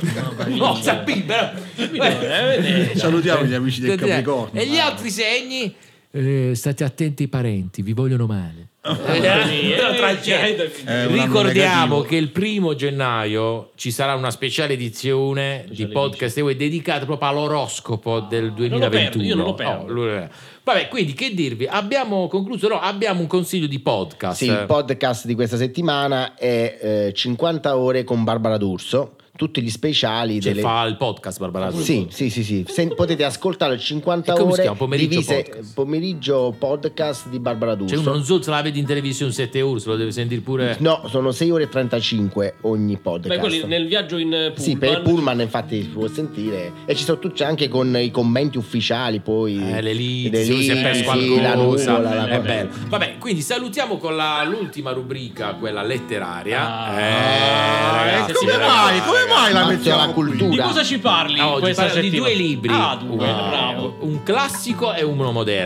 Speaker 4: No, sappi, però.
Speaker 3: Eh, Salutiamo gli amici del Capricorno.
Speaker 4: E gli
Speaker 2: Ah.
Speaker 4: altri segni? Eh, state attenti ai parenti, vi vogliono male.
Speaker 2: Ah,
Speaker 4: eh,
Speaker 2: eh,
Speaker 3: È un anno
Speaker 4: cioè, Ricordiamo
Speaker 3: negativo.
Speaker 4: che il primo gennaio ci sarà una speciale edizione di Podcast Away dedicata proprio all'oroscopo del
Speaker 2: Ah, non lo perdo,
Speaker 4: 2021.
Speaker 2: io non lo perdo.
Speaker 4: Oh, lui- Vabbè, quindi che dirvi? Abbiamo concluso, no, abbiamo un consiglio di podcast.
Speaker 5: Sì, il podcast di questa settimana è eh, 50 ore con Barbara D'Urso, tutti gli speciali
Speaker 4: Cioè,
Speaker 5: delle...
Speaker 4: fa il podcast Barbara D'Urso.
Speaker 5: Sì, sì, sì, sì. Se- [LAUGHS] potete ascoltare 50
Speaker 4: E come si
Speaker 5: ore
Speaker 4: chiama? Pomeriggio
Speaker 5: divise
Speaker 4: podcast.
Speaker 5: pomeriggio podcast di Barbara D'Urso.
Speaker 4: Cioè, uno non so se la vedi in televisione 7 euro, se lo deve sentire pure.
Speaker 5: No, sono 6 ore e 35 ogni
Speaker 2: Beh,
Speaker 5: podcast.
Speaker 2: quelli nel viaggio in pullman.
Speaker 5: Sì, per il pullman infatti si può sentire e ci sono tutti anche con i commenti ufficiali poi
Speaker 4: Eh, le
Speaker 5: Le
Speaker 4: liti, si è perso
Speaker 5: liti, sì, la
Speaker 4: qualcosa.
Speaker 5: nuvola, la
Speaker 4: è
Speaker 5: cosa.
Speaker 4: bello. Vabbè, quindi salutiamo con la- l'ultima rubrica, quella letteraria.
Speaker 2: Ah.
Speaker 4: eh,
Speaker 3: Ah,
Speaker 4: ragazzi,
Speaker 3: come
Speaker 4: ragazzi.
Speaker 3: mai? Come mai la
Speaker 5: Mazza
Speaker 3: mettiamo
Speaker 5: la
Speaker 3: qui?
Speaker 5: cultura.
Speaker 2: Di cosa ci parli?
Speaker 4: Ah, oggi
Speaker 2: questa
Speaker 4: parla di
Speaker 2: settimana?
Speaker 4: due libri.
Speaker 2: Ah, due,
Speaker 4: Wow.
Speaker 2: bravo.
Speaker 4: Un classico e uno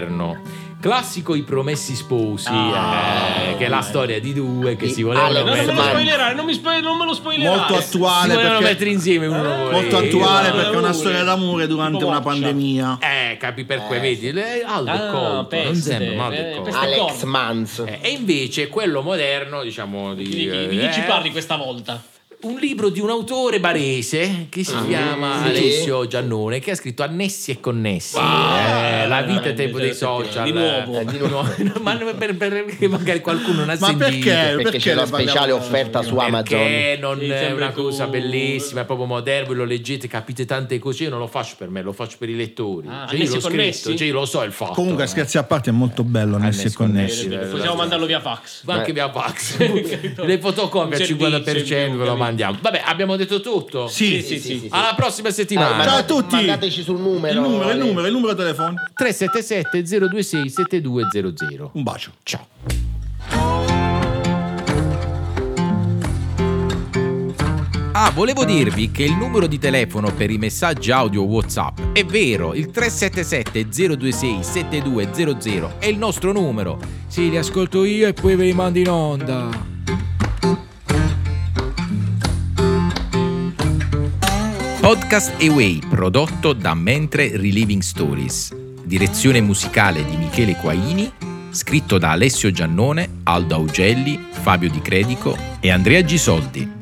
Speaker 4: moderno. Classico I promessi sposi,
Speaker 2: Ah.
Speaker 4: eh, che è la storia di due che
Speaker 5: Di
Speaker 4: si volevano
Speaker 5: Ale
Speaker 2: No, non me lo
Speaker 5: Ormai.
Speaker 2: spoilerare, non, mi spoil- non me lo spoilerare.
Speaker 3: Molto
Speaker 4: si
Speaker 3: attuale
Speaker 4: volevano
Speaker 3: perché-
Speaker 4: mettere insieme uno
Speaker 2: Eh,
Speaker 4: voleva.
Speaker 3: Molto attuale
Speaker 2: Eh,
Speaker 3: perché è una
Speaker 2: amore.
Speaker 3: storia d'amore durante
Speaker 2: Tipo
Speaker 3: una
Speaker 2: Boccia.
Speaker 3: pandemia.
Speaker 4: Eh, capi per cui vedi, le- Aldo è
Speaker 2: Ah,
Speaker 4: colto, non
Speaker 2: peste,
Speaker 4: sembra, ma Aldo è
Speaker 2: eh,
Speaker 4: colto.
Speaker 2: peste-
Speaker 5: Alex
Speaker 2: d'accordo.
Speaker 5: Manz.
Speaker 4: Eh, e invece quello moderno, diciamo, di,
Speaker 2: Di, di, di,
Speaker 4: eh,
Speaker 2: chi ci parli questa volta?
Speaker 4: un libro di un autore barese che
Speaker 3: Ah,
Speaker 4: si chiama
Speaker 5: sì.
Speaker 4: Alessio Giannone che ha scritto Annessi e connessi
Speaker 2: Ah,
Speaker 4: eh, la vita e
Speaker 2: veramente,
Speaker 4: tempo dei
Speaker 2: cioè,
Speaker 4: social
Speaker 2: di nuovo.
Speaker 4: eh, di nuovo.
Speaker 2: [LAUGHS]
Speaker 4: [LAUGHS] No, ma per, per- che magari qualcuno non ha
Speaker 3: Ma
Speaker 4: sentito
Speaker 3: perché?
Speaker 5: perché,
Speaker 3: perché
Speaker 5: c'è
Speaker 3: la
Speaker 5: la speciale
Speaker 3: parliamo-
Speaker 5: offerta su Amazon.
Speaker 4: perché non
Speaker 2: Sì,
Speaker 4: è
Speaker 2: sempre
Speaker 4: una
Speaker 2: tu.
Speaker 4: cosa bellissima, è proprio moderno, voi lo leggete, capite tante cose. Io non lo faccio per me, lo faccio per i lettori.
Speaker 2: Ah,
Speaker 4: cioè, io
Speaker 2: Annessi
Speaker 4: l'ho
Speaker 2: e Connessi?
Speaker 4: scritto, cioè, io lo so il fatto.
Speaker 3: Comunque,
Speaker 4: eh.
Speaker 3: scherzi a parte, è molto bello Annessi e
Speaker 4: Annessi e
Speaker 3: Connessi.
Speaker 4: Connessi.
Speaker 2: Possiamo
Speaker 4: esatto.
Speaker 2: mandarlo via fax.
Speaker 4: Va anche
Speaker 5: Beh.
Speaker 4: via [LAUGHS] Vax.
Speaker 2: Capito?
Speaker 4: Le fotocopie al
Speaker 2: Un servizio in più,
Speaker 4: 50% ve lo
Speaker 2: capito?
Speaker 4: mandiamo. Vabbè, abbiamo detto tutto.
Speaker 3: Sì,
Speaker 2: sì, sì. sì.
Speaker 4: Alla prossima
Speaker 5: Ah,
Speaker 4: settimana.
Speaker 5: mandate-
Speaker 3: Ciao a tutti!
Speaker 5: Mandateci sul
Speaker 3: Il
Speaker 5: numero.
Speaker 3: numero, il
Speaker 5: Ale.
Speaker 3: numero, il numero telefono.
Speaker 4: 377 026 7200.
Speaker 3: Un bacio.
Speaker 4: Ciao.
Speaker 1: Ah, volevo dirvi che il numero di telefono per i messaggi audio WhatsApp è vero, il 377-026-7200 è il nostro numero. Sì, li ascolto io e poi ve li mando in onda. Podcast Away, prodotto da Mentre Reliving Stories. Direzione musicale di Michele Quaini, scritto da Alessio Giannone, Aldo Augelli, Fabio Di Credico e Andrea Gisoldi.